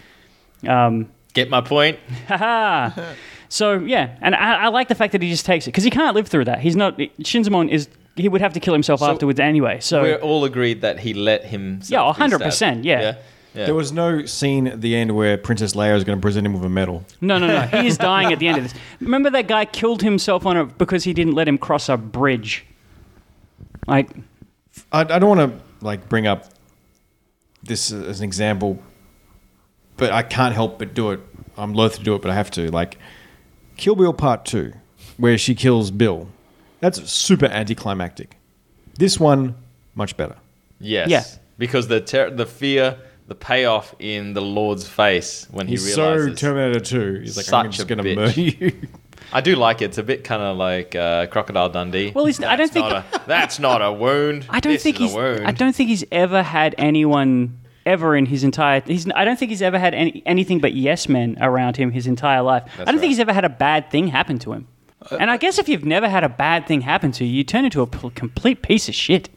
S7: Um,
S2: Get my point? <laughs>
S7: so yeah, and I, I like the fact that he just takes it because he can't live through that. He's not Shinzamon is he would have to kill himself afterwards anyway. So
S2: We're all agreed that he let him.
S7: Yeah, 100%, yeah.
S2: yeah. Yeah.
S6: There was no scene at the end where Princess Leia is going to present him with a medal.
S7: <laughs> no, no, no, he is dying at the end of this. Remember that guy killed himself on a because he didn't let him cross a bridge. Like
S6: I, I don't want to like bring up this as an example, but I can't help but do it. I'm loath to do it, but I have to. Like Kill Bill Part Two, where she kills Bill. That's super anticlimactic. This one, much better.
S2: Yes.
S7: Yeah.
S2: Because the ter- the fear, the payoff in the Lord's face when he
S6: He's so
S2: realizes.
S6: Terminator Two. He's like, I'm
S2: Such
S6: just
S2: a
S6: going to
S2: bitch.
S6: murder you.
S2: <laughs> I do like it. It's a bit kind of like uh, Crocodile Dundee.
S7: Well, he's- I don't
S2: That's
S7: think-
S2: not a, <laughs> that's not a wound.
S7: I don't
S2: This
S7: think
S2: is a
S7: he's.
S2: wound.
S7: I don't think he's ever had anyone ever in his entire. He's. I don't think he's ever had any, anything but yes men around him his entire life. I don't
S2: right. Uh,
S7: think he's ever had a bad thing happen to him. and I guess if you've never had a bad thing happen to you, you turn into a p- complete piece of shit.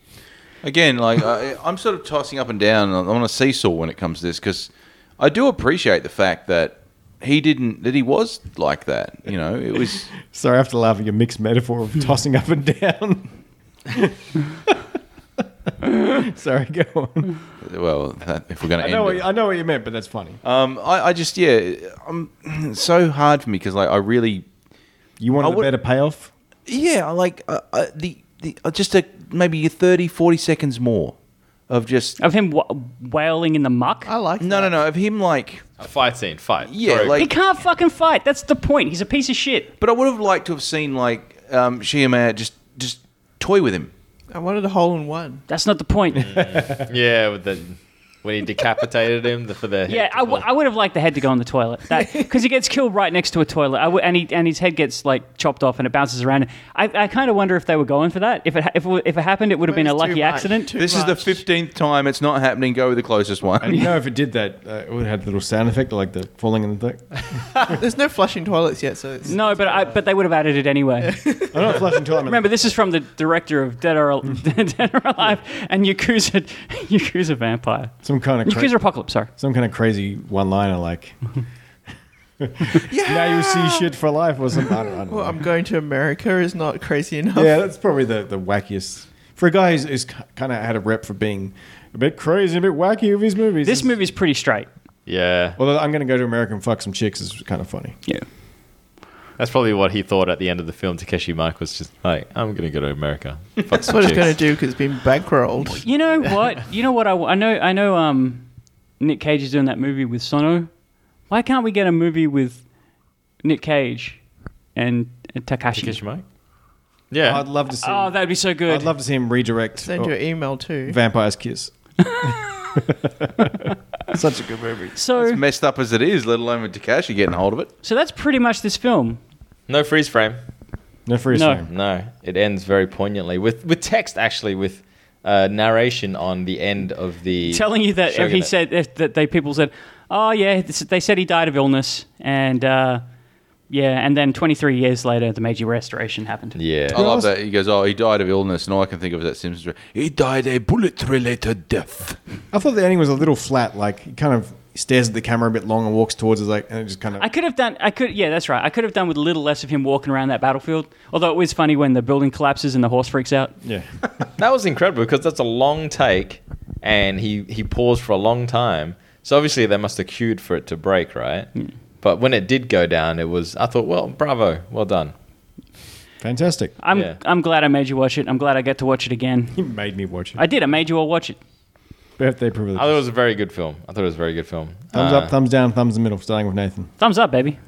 S9: Again, like I, I'm sort of tossing up and down on on a seesaw when it comes to this because I do appreciate the fact that he didn't that he was like that. You know, it was <laughs>
S6: Sorry, I have to laugh at your mixed metaphor
S2: <laughs>
S6: of tossing up and down. <laughs> Sorry, go on.
S9: well. That, if we're going
S6: I
S9: to
S6: know,
S9: end,
S6: what,
S9: it.
S6: I know what you meant, but that's funny.
S2: Uh,
S9: um, I, I just yeah, um, it's <clears throat> so hard for me because like I really
S6: You wanted
S9: I would-
S6: a better payoff?
S9: yeah, I like uh, uh, the the uh, just a maybe 30, 40 seconds more of just
S7: Of him w- wailing in the muck.
S8: I like
S9: no,
S8: that.
S9: no, no of him like
S2: A fight scene. Fight.
S9: Yeah,
S2: Sorry.
S9: like-
S7: he can't fucking fight. That's the point. He's a piece of shit.
S9: But I would have liked to have seen like um, Shiamaya just just toy with him.
S8: I wanted a hole in one.
S7: That's not the point.
S2: yeah. With the when he decapitated him the, for the head
S7: Yeah,
S2: to
S7: I, w-
S2: fall.
S7: I would have liked the head to go on the toilet
S8: <laughs>
S7: because he gets killed right next to a toilet, I w- and he and his head gets like chopped off and it bounces around. I, I kind of wonder if they were going for that. If it ha- if it, w- if it happened, it would have been a
S8: It's too
S7: lucky
S8: much.
S7: accident.
S8: Too
S9: This is the
S8: much.
S9: fifteenth time it's not happening. Go with the closest
S6: And you
S9: one.
S6: know, if it did that, uh, it would have had a little sound effect, like the falling in the thing.
S8: There's no flushing toilets yet, so it's,
S7: No, but I, but they would have added
S8: <laughs>
S7: it anyway.
S6: I'm not flushing toilet.
S7: Remember, this is from the director of Dead or, Al- <laughs> Dead or Alive and Yakuza <laughs> Yakuza Vampire
S6: some kind of
S7: Yakuza
S6: cra-
S7: Apocalypse. Sorry,
S6: some kind of crazy one-liner,
S7: <laughs>
S6: like. Now you see shit for life, or something. I don't, I don't know.
S8: Well, I'm going to America is not crazy enough.
S6: yeah, that's probably the, the wackiest for a guy who's, who's kind of had a rep for being a bit crazy, a bit wacky with his movies.
S7: this movie's pretty straight.
S2: yeah.
S6: although I'm going to go to America and fuck some chicks, is kind of funny.
S7: Yeah.
S2: That's probably what he thought at the end of the film. Takeshi Mike was just like, I'm going to go to America. Fuck
S8: That's what it's going to do because it's been bankrolled.
S7: You know what? You know what? I, w- I know. I know. Um, Nick Cage is doing that movie with Sono. Why can't we get a movie with Nick Cage and, and Takashi?
S2: Takeshi Mike? Yeah.
S6: I'd love to see.
S7: Oh, that'd be so good.
S6: I'd love to see him redirect
S8: Send
S6: oh,
S8: your email too.
S6: Vampire's Kiss. Such a good movie.
S7: so,
S9: It's messed up as it is, let alone with Takashi getting hold of it.
S7: so that's pretty much this film.
S2: no freeze frame.
S6: No free
S7: No.
S6: time.
S2: No. It ends very poignantly with, with text, actually, with uh, narration on the end of the.
S7: Telling you that if he
S2: Shogunate.
S7: said if, that they people said, oh yeah, this, they said he died of illness, and uh, yeah, and then 23 years later, the Meiji Restoration happened.
S2: Yeah.
S9: I love that. He goes, "Oh, he died of illness," and all I can think of is that Simpsons. re- He died a bullet-related death.
S6: I thought the ending was a little flat. Like he kind of stares at the camera a bit long and walks towards us, like, and it just kind of.
S7: I could have done. I could. Yeah, that's right. I could have done with a little less of him walking around that battlefield. Although it was funny when the building collapses and the horse freaks out.
S6: yeah.
S2: That was incredible because that's a long take and he, he paused for a long time. So obviously they must have queued for it to break, right? But when it did go down, it was, I thought, well, bravo, well done.
S6: <laughs> Fantastic.
S7: I'm.
S2: Yeah.
S7: I'm glad I made you watch it. I'm glad I get to watch it again.
S6: He made me watch it.
S7: I did. I made you all watch it.
S6: Birthday privilege.
S2: I thought it was a very good film. I thought it was a very good film.
S6: thumbs
S2: Uh,
S6: up, thumbs down, thumbs in the middle, starting with Nathan.
S7: Thumbs up, baby.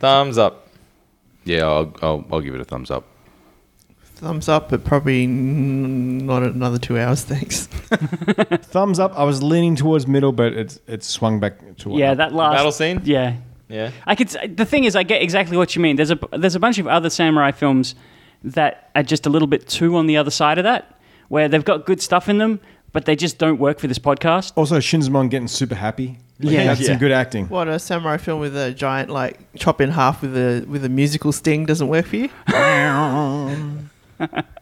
S2: Thumbs up.
S9: Yeah, I'll, I'll, I'll give it a thumbs up.
S8: thumbs up, but probably n- not another two hours. <laughs> Thanks.
S6: Thumbs up. I was leaning towards middle, but it's it's swung back to
S7: Yeah, that last
S5: Battle scene?
S7: Yeah,
S5: Yeah.
S7: I could. s- The thing is, I get exactly what you mean. There's a there's a bunch of other samurai films that are just a little bit too on the other side of that, where they've got good stuff in them, but they just don't work for this podcast.
S6: Also, Shinzamon getting super happy. Like,
S7: Yeah.
S6: that's
S5: Yeah.
S6: some good
S7: <laughs>
S6: acting.
S8: What a samurai film with a giant like chop in half with a with a musical sting doesn't work for you.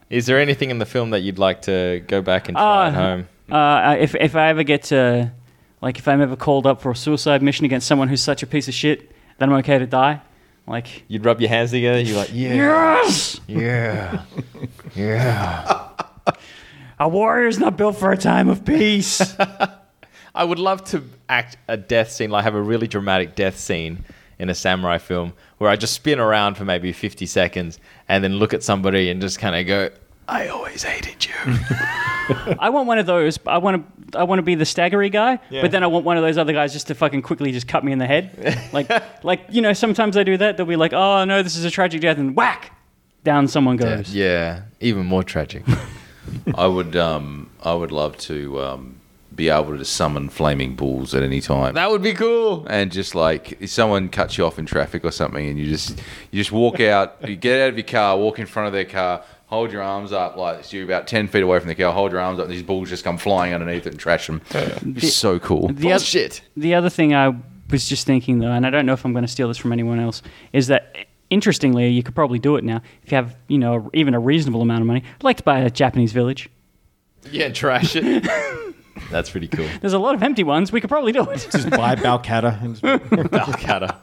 S5: Is there anything in the film that you'd like to go back and
S7: Uh,
S5: try at home?
S7: Uh, if if I ever get to, like, if I'm ever called up for a suicide mission against someone who's such a piece of shit, then I'm okay to die. Like,
S5: You'd rub your hands together. You're like, yeah,
S7: yes,
S5: yeah, yeah.
S7: a warrior's not built for a time of
S5: <laughs>
S7: peace.
S5: I would love to act a death scene, like have a really dramatic death scene in a samurai film where I just spin around for maybe 50 seconds and then look at somebody and just kind of go, I always
S8: <laughs>
S5: hated you.
S7: I want one of those. but I want to. I want to be the staggery guy,
S5: Yeah.
S7: but then I want one of those other guys just to fucking quickly just cut me in the
S5: <laughs>
S7: head. Like, like you know, sometimes they do that. They'll be like, "Oh no, this is a tragic death," and whack, down someone goes.
S5: yeah, even more tragic.
S9: I would, um, I would love to um, be able to summon flaming bulls at any time.
S5: that would be cool.
S9: and just like if someone cuts you off in traffic or something, and you just you just walk out, you get out of your car, walk in front of their car, hold your arms up like so you're about ten feet away from the car, hold your arms up, and these bulls just come flying underneath it and trash them. It's so cool.
S7: The oth- the other thing I was just thinking though, and I don't know if I'm going to steal this from anyone else, is that interestingly, you could probably do it now if you have, you know, even a reasonable amount of money. I'd like to buy a Japanese village.
S5: Yeah, trash
S8: <laughs>
S5: it. That's pretty cool.
S7: There's a lot of empty ones. We could probably do it.
S6: Just buy Balcata. And <laughs>
S5: Balcata.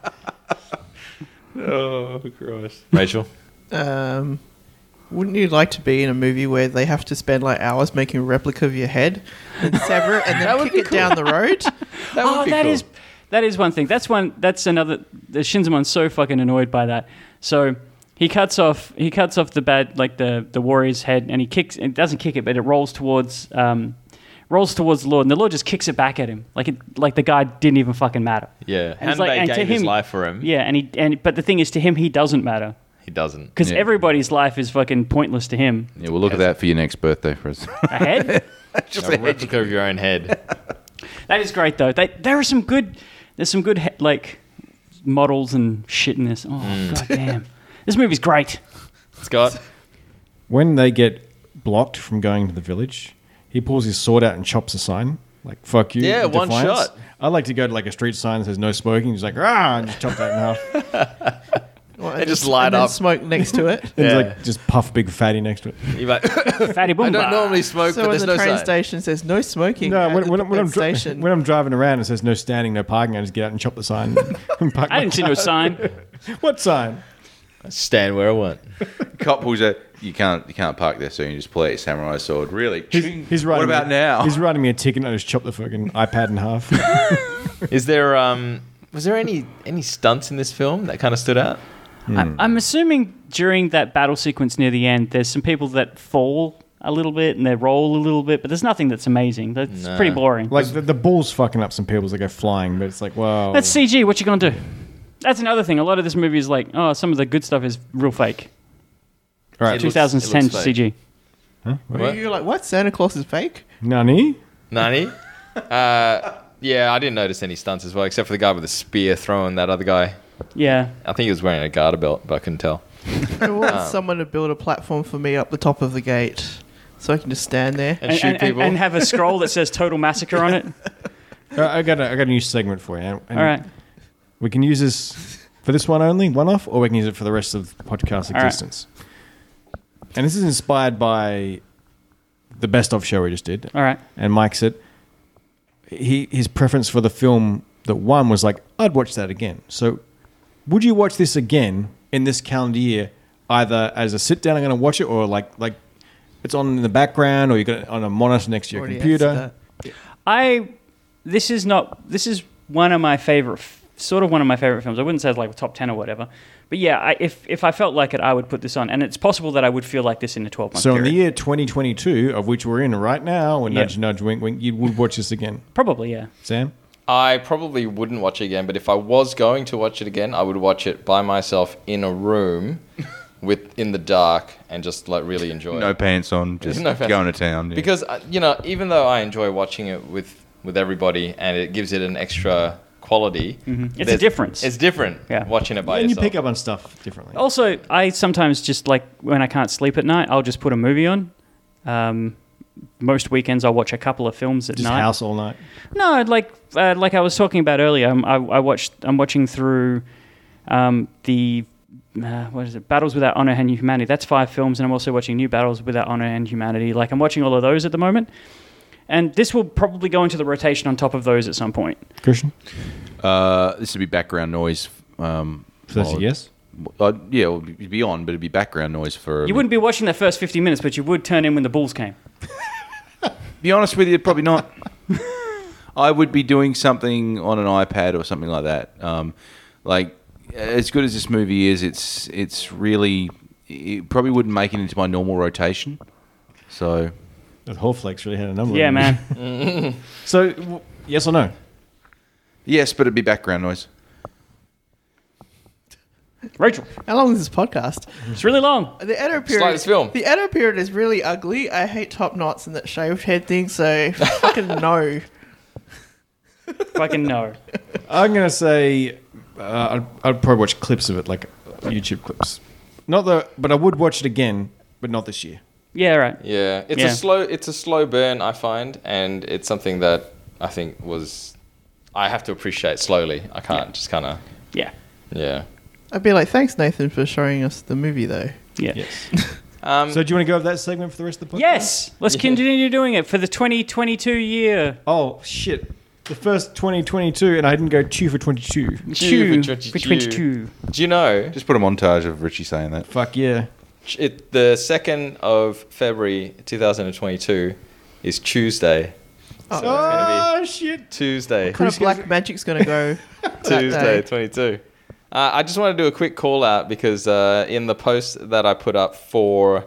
S5: oh, gross. Rachel?
S8: Um, wouldn't you like to be in a movie where they have to spend like hours making a replica of your head and sever it and then kick it down the road?
S7: oh, that is that is one thing. That's one. That's another. The Shinzamon's so fucking annoyed by that. So he cuts off. He cuts off the bad like the the warrior's head, and he kicks. It doesn't kick it, but it rolls towards. Um, rolls towards the Lord, and the Lord just kicks it back at him, like it, like the guy didn't even fucking matter.
S5: Yeah,
S7: And
S5: and,
S7: it's like-
S5: they
S7: and to
S5: gave his
S7: him-
S5: life for him.
S7: Yeah, and he and but the thing is, to him, he doesn't matter
S5: He doesn't.
S7: because
S9: Yeah.
S7: everybody's life is fucking pointless to him.
S9: Yeah, we'll look at that for your next birthday present.
S5: <laughs>
S7: A head.
S5: a replica of your own head.
S7: That is great though. They, there are some good. There's some good he- like models and shit in this. Oh god damn, this movie's great. <laughs>
S5: Scott?
S6: when they get blocked from going to the village, he pulls his sword out and chops a sign. Like, fuck you.
S5: Yeah,
S6: in
S5: one
S6: defiance.
S5: shot.
S6: I'd like to go to like a street sign that says no smoking. He's like, ah, and just chop that in half. And
S8: Well,
S5: They just light
S8: and then
S5: up.
S8: smoke next to it.
S6: he's
S5: Yeah.
S6: like, just puff big fatty next to it.
S5: You're like, <laughs>
S7: Fatty Boomba.
S5: I don't normally smoke,
S8: so
S5: Oh, but
S8: when
S5: there's
S8: the
S5: no
S8: train
S5: sign.
S8: station says no smoking,
S6: No,
S8: at
S6: when,
S8: the
S6: when, I'm- when, I'm
S8: pit
S6: dri-
S8: station,
S6: when I'm driving around, it says no standing, no parking. I just get out and chop the sign. <laughs> and park
S7: I
S6: my
S7: didn't see no sign.
S6: car. <laughs> What sign?
S5: Stand where I want.
S9: Cop pulls out. You can't you can't park there, so you just pull out your samurai sword. Really?
S6: He's,
S9: Ching.
S6: he's
S9: what
S6: writing
S9: about
S6: me,
S9: now?
S6: He's writing me a ticket and I just chop the fucking iPad in half. <laughs>
S5: Is there um was there any any stunts in this film that kind of stood out?
S7: I, I'm assuming during that battle sequence near the end, there's some people that fall a little bit and they roll a little bit, but there's nothing that's amazing. That's
S5: No.
S7: pretty boring.
S6: like, the, the ball's fucking up some people as they go flying, but it's like, wow.
S7: that's CG. What you gonna do? That's another thing. A lot of this movie is like, oh, some of the good stuff is real fake.
S6: All right.
S5: It looks-
S7: 2010
S5: it looks fake.
S7: CG.
S5: What?
S8: you're like, what? Santa Claus is <laughs> fake?
S6: Nani?
S5: Nani? <laughs> Uh, yeah, I didn't notice any stunts as well, except for the guy with the spear throwing that other guy.
S7: Yeah.
S5: I think he was wearing a garter belt, but I couldn't tell.
S8: I want
S5: Oh.
S8: someone to build a platform for me up the top of the gate so I can just stand there.
S5: And, shoot people.
S7: and have a scroll that says "Total Massacre"
S5: <laughs>
S7: on it.
S6: Uh, I got a, I got a new segment for you. and- and
S7: All right.
S6: We can use this for this one only, one off, or we can use it for the rest of the podcast
S7: right.
S6: existence. And this is inspired by the best of show we just did.
S7: All right.
S6: And Mike said he his preference for the film that won was like, I'd watch that again. So would you watch this again in this calendar year, either as a sit down I'm gonna watch it or like like it's on in the background or you got it on a monitor next to your
S8: Already
S6: computer.
S8: answered
S7: I this is not this is one of my favorite f- sort of one of my favorite films. I wouldn't say it's like top 10 or whatever. But yeah, I, if if I felt like it I would put this on and it's possible that I would feel like this in a 12 month
S6: So in
S7: period.
S6: the year 2022, of which we're in right now, and
S7: Yeah.
S6: nudge nudge wink wink, you would watch this again,
S7: Probably, yeah.
S6: Sam.
S5: I probably wouldn't <laughs> watch it again, but if I was going to watch it again, I would watch it by myself in a room with in the dark and just like really enjoy it.
S9: No pants on, just
S5: No offense.
S9: going to town. yeah.
S5: Because uh, you know, even though I enjoy watching it with with everybody, and it gives it an extra quality,
S7: Mm-hmm. It's a
S5: there's-
S7: difference.
S5: It's different.
S7: Yeah.
S5: watching it by
S6: and you
S5: yourself.
S6: pick up on stuff differently.
S7: Also, I sometimes just like when I can't sleep at night, I'll just put a movie on. Um, most weekends, I'll watch a couple of films at
S6: Just
S7: night.
S6: house all night.
S7: No, like uh, like I was talking about earlier, I'm, I, I watched. I'm watching through um, the uh, what is it? Battles without honor and humanity. That's five films, and I'm also watching New Battles without honor and humanity. Like I'm watching all of those at the moment, and this will probably go into the rotation on top of those at some point.
S6: Christian,
S9: uh, this would be background noise. Um,
S6: so that's a
S9: or-
S6: yes.
S9: Uh, yeah, it would be- be on, but it'd be background noise for.
S7: You wouldn't be watching the first 50 minutes, but you would turn in when the Bulls came.
S9: Be honest with you, probably not. <laughs> I would be doing something on an iPad or something like that. Um, like as good as this movie is, it's it's really it probably wouldn't make it into my normal rotation. So
S6: That whole flakes really had a number.
S7: Yeah,
S6: on it.
S7: <laughs> man.
S6: So w- yes or no?
S9: yes, but it'd be background noise.
S7: Rachel,
S8: How long is this podcast?
S7: it's really long.
S8: The Edo period.
S5: like this film.
S8: The Edo period is really ugly. I hate top knots and that shaved head thing.
S5: <laughs>
S8: So fucking no.
S7: Fucking no.
S6: I'm gonna say uh, I'd, I'd probably watch clips of it, like YouTube clips. Not the, but I would watch it again, but not this year.
S7: Yeah, right.
S5: Yeah, it's
S7: Yeah.
S5: a slow it's a slow burn I find, and it's something that I think was I have to appreciate slowly. I can't just kind of
S7: Yeah.
S5: yeah.
S8: I'd be like, thanks Nathan for showing us the movie though.
S7: Yeah.
S6: Yes.
S5: Um,
S6: so do you want to go over that segment for the rest of the podcast?
S7: Yes, let's continue doing it for the 2022 year.
S6: Oh shit! The first 2022, and I didn't go two for 22.
S5: Chew
S7: Chew
S5: for 22.
S7: for 22.
S5: do you know
S9: Just put a montage of Richie saying that.
S6: Fuck yeah!
S5: it, the second of February two thousand and twenty two is Tuesday. So it's gonna
S6: Oh shit!
S5: be Tuesday.
S8: Kind of black magic's gonna
S5: <laughs>
S8: go. that day.
S5: Tuesday, 22. Uh, I just want to do a quick call out because uh, in the post that I put up for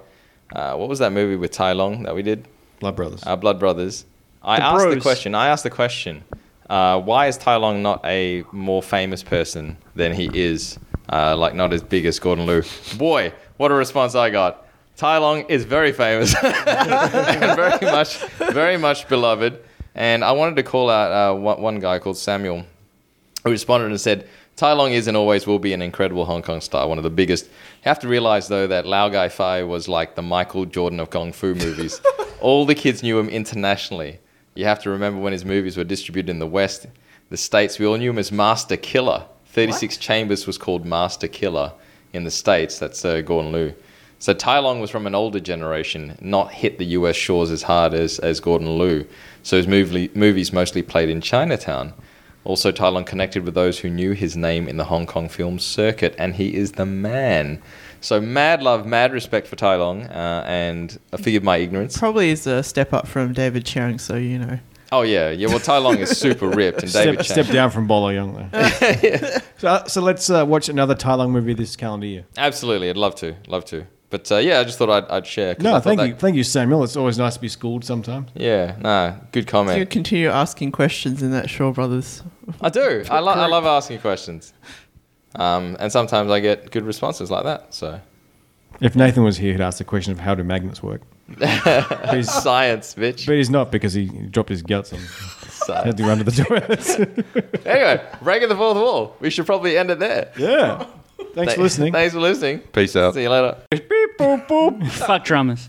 S5: uh, what was that movie with Tai Long that we did,
S6: Blood Brothers.
S5: uh, Blood Brothers. I asked the
S7: Bros.
S5: question. I asked the question. Uh, why is Tai Long not a more famous person than he is? Uh, like not as big as Gordon Liu. Boy, what a response I got. Tai Long is very famous <laughs> and very much, very much beloved. And I wanted to call out uh, one, one guy called Samuel who responded and said, Tai Long is and always will be an incredible Hong Kong star, one of the biggest. You have to realize, though, that Lao Gai Fai was like the Michael Jordan of Kung Fu movies. All the kids knew him internationally. You have to remember when his movies were distributed in the West, the States, we all knew him as Master Killer. 36 Chambers was called Master Killer in the States. That's uh, Gordon Liu. So Tai Long was from an older generation, not hit the US shores as hard as, as Gordon Liu. So his movie, movies mostly played in Chinatown. Also, Tai Lung connected with those who knew his name in the Hong Kong film circuit, and he is the man. So, mad love, mad respect for Tai Lung, uh, and forgive my ignorance.
S8: Probably is a step up from David Chang. So you know.
S5: Oh, yeah, yeah, well, Tai Lung is
S6: <laughs>
S5: super ripped, and David
S6: Step,
S5: Chang.
S6: step down from Bolo
S5: <laughs>
S6: Young though. so, so let's uh, watch another Tai Lung movie this calendar year.
S5: Absolutely, I'd love to, love to. But uh, yeah, I just thought I'd, I'd share. 'cause I
S6: No,
S5: thought
S6: thank
S5: that-
S6: you, thank you, Samuel. It's always nice to be schooled sometimes.
S5: Yeah, nah, good comment.
S8: You continue asking questions in that Shaw Brothers.
S5: I do. I, lo- I love asking questions. Um, and sometimes I get good responses like that. So
S6: If Nathan was here, he'd ask the question of how do
S5: <laughs>
S6: magnets work. but, he's,
S5: science, bitch.
S6: but he's not because he dropped his guts and had
S5: Science.
S6: to run to the
S5: <laughs>
S6: toilets.
S5: Anyway, breaking the fourth wall. We should probably end it there.
S6: <laughs> yeah. Thanks for listening.
S5: Thanks for listening.
S9: Peace out.
S5: See you later.
S7: Oh, Fuck drummers.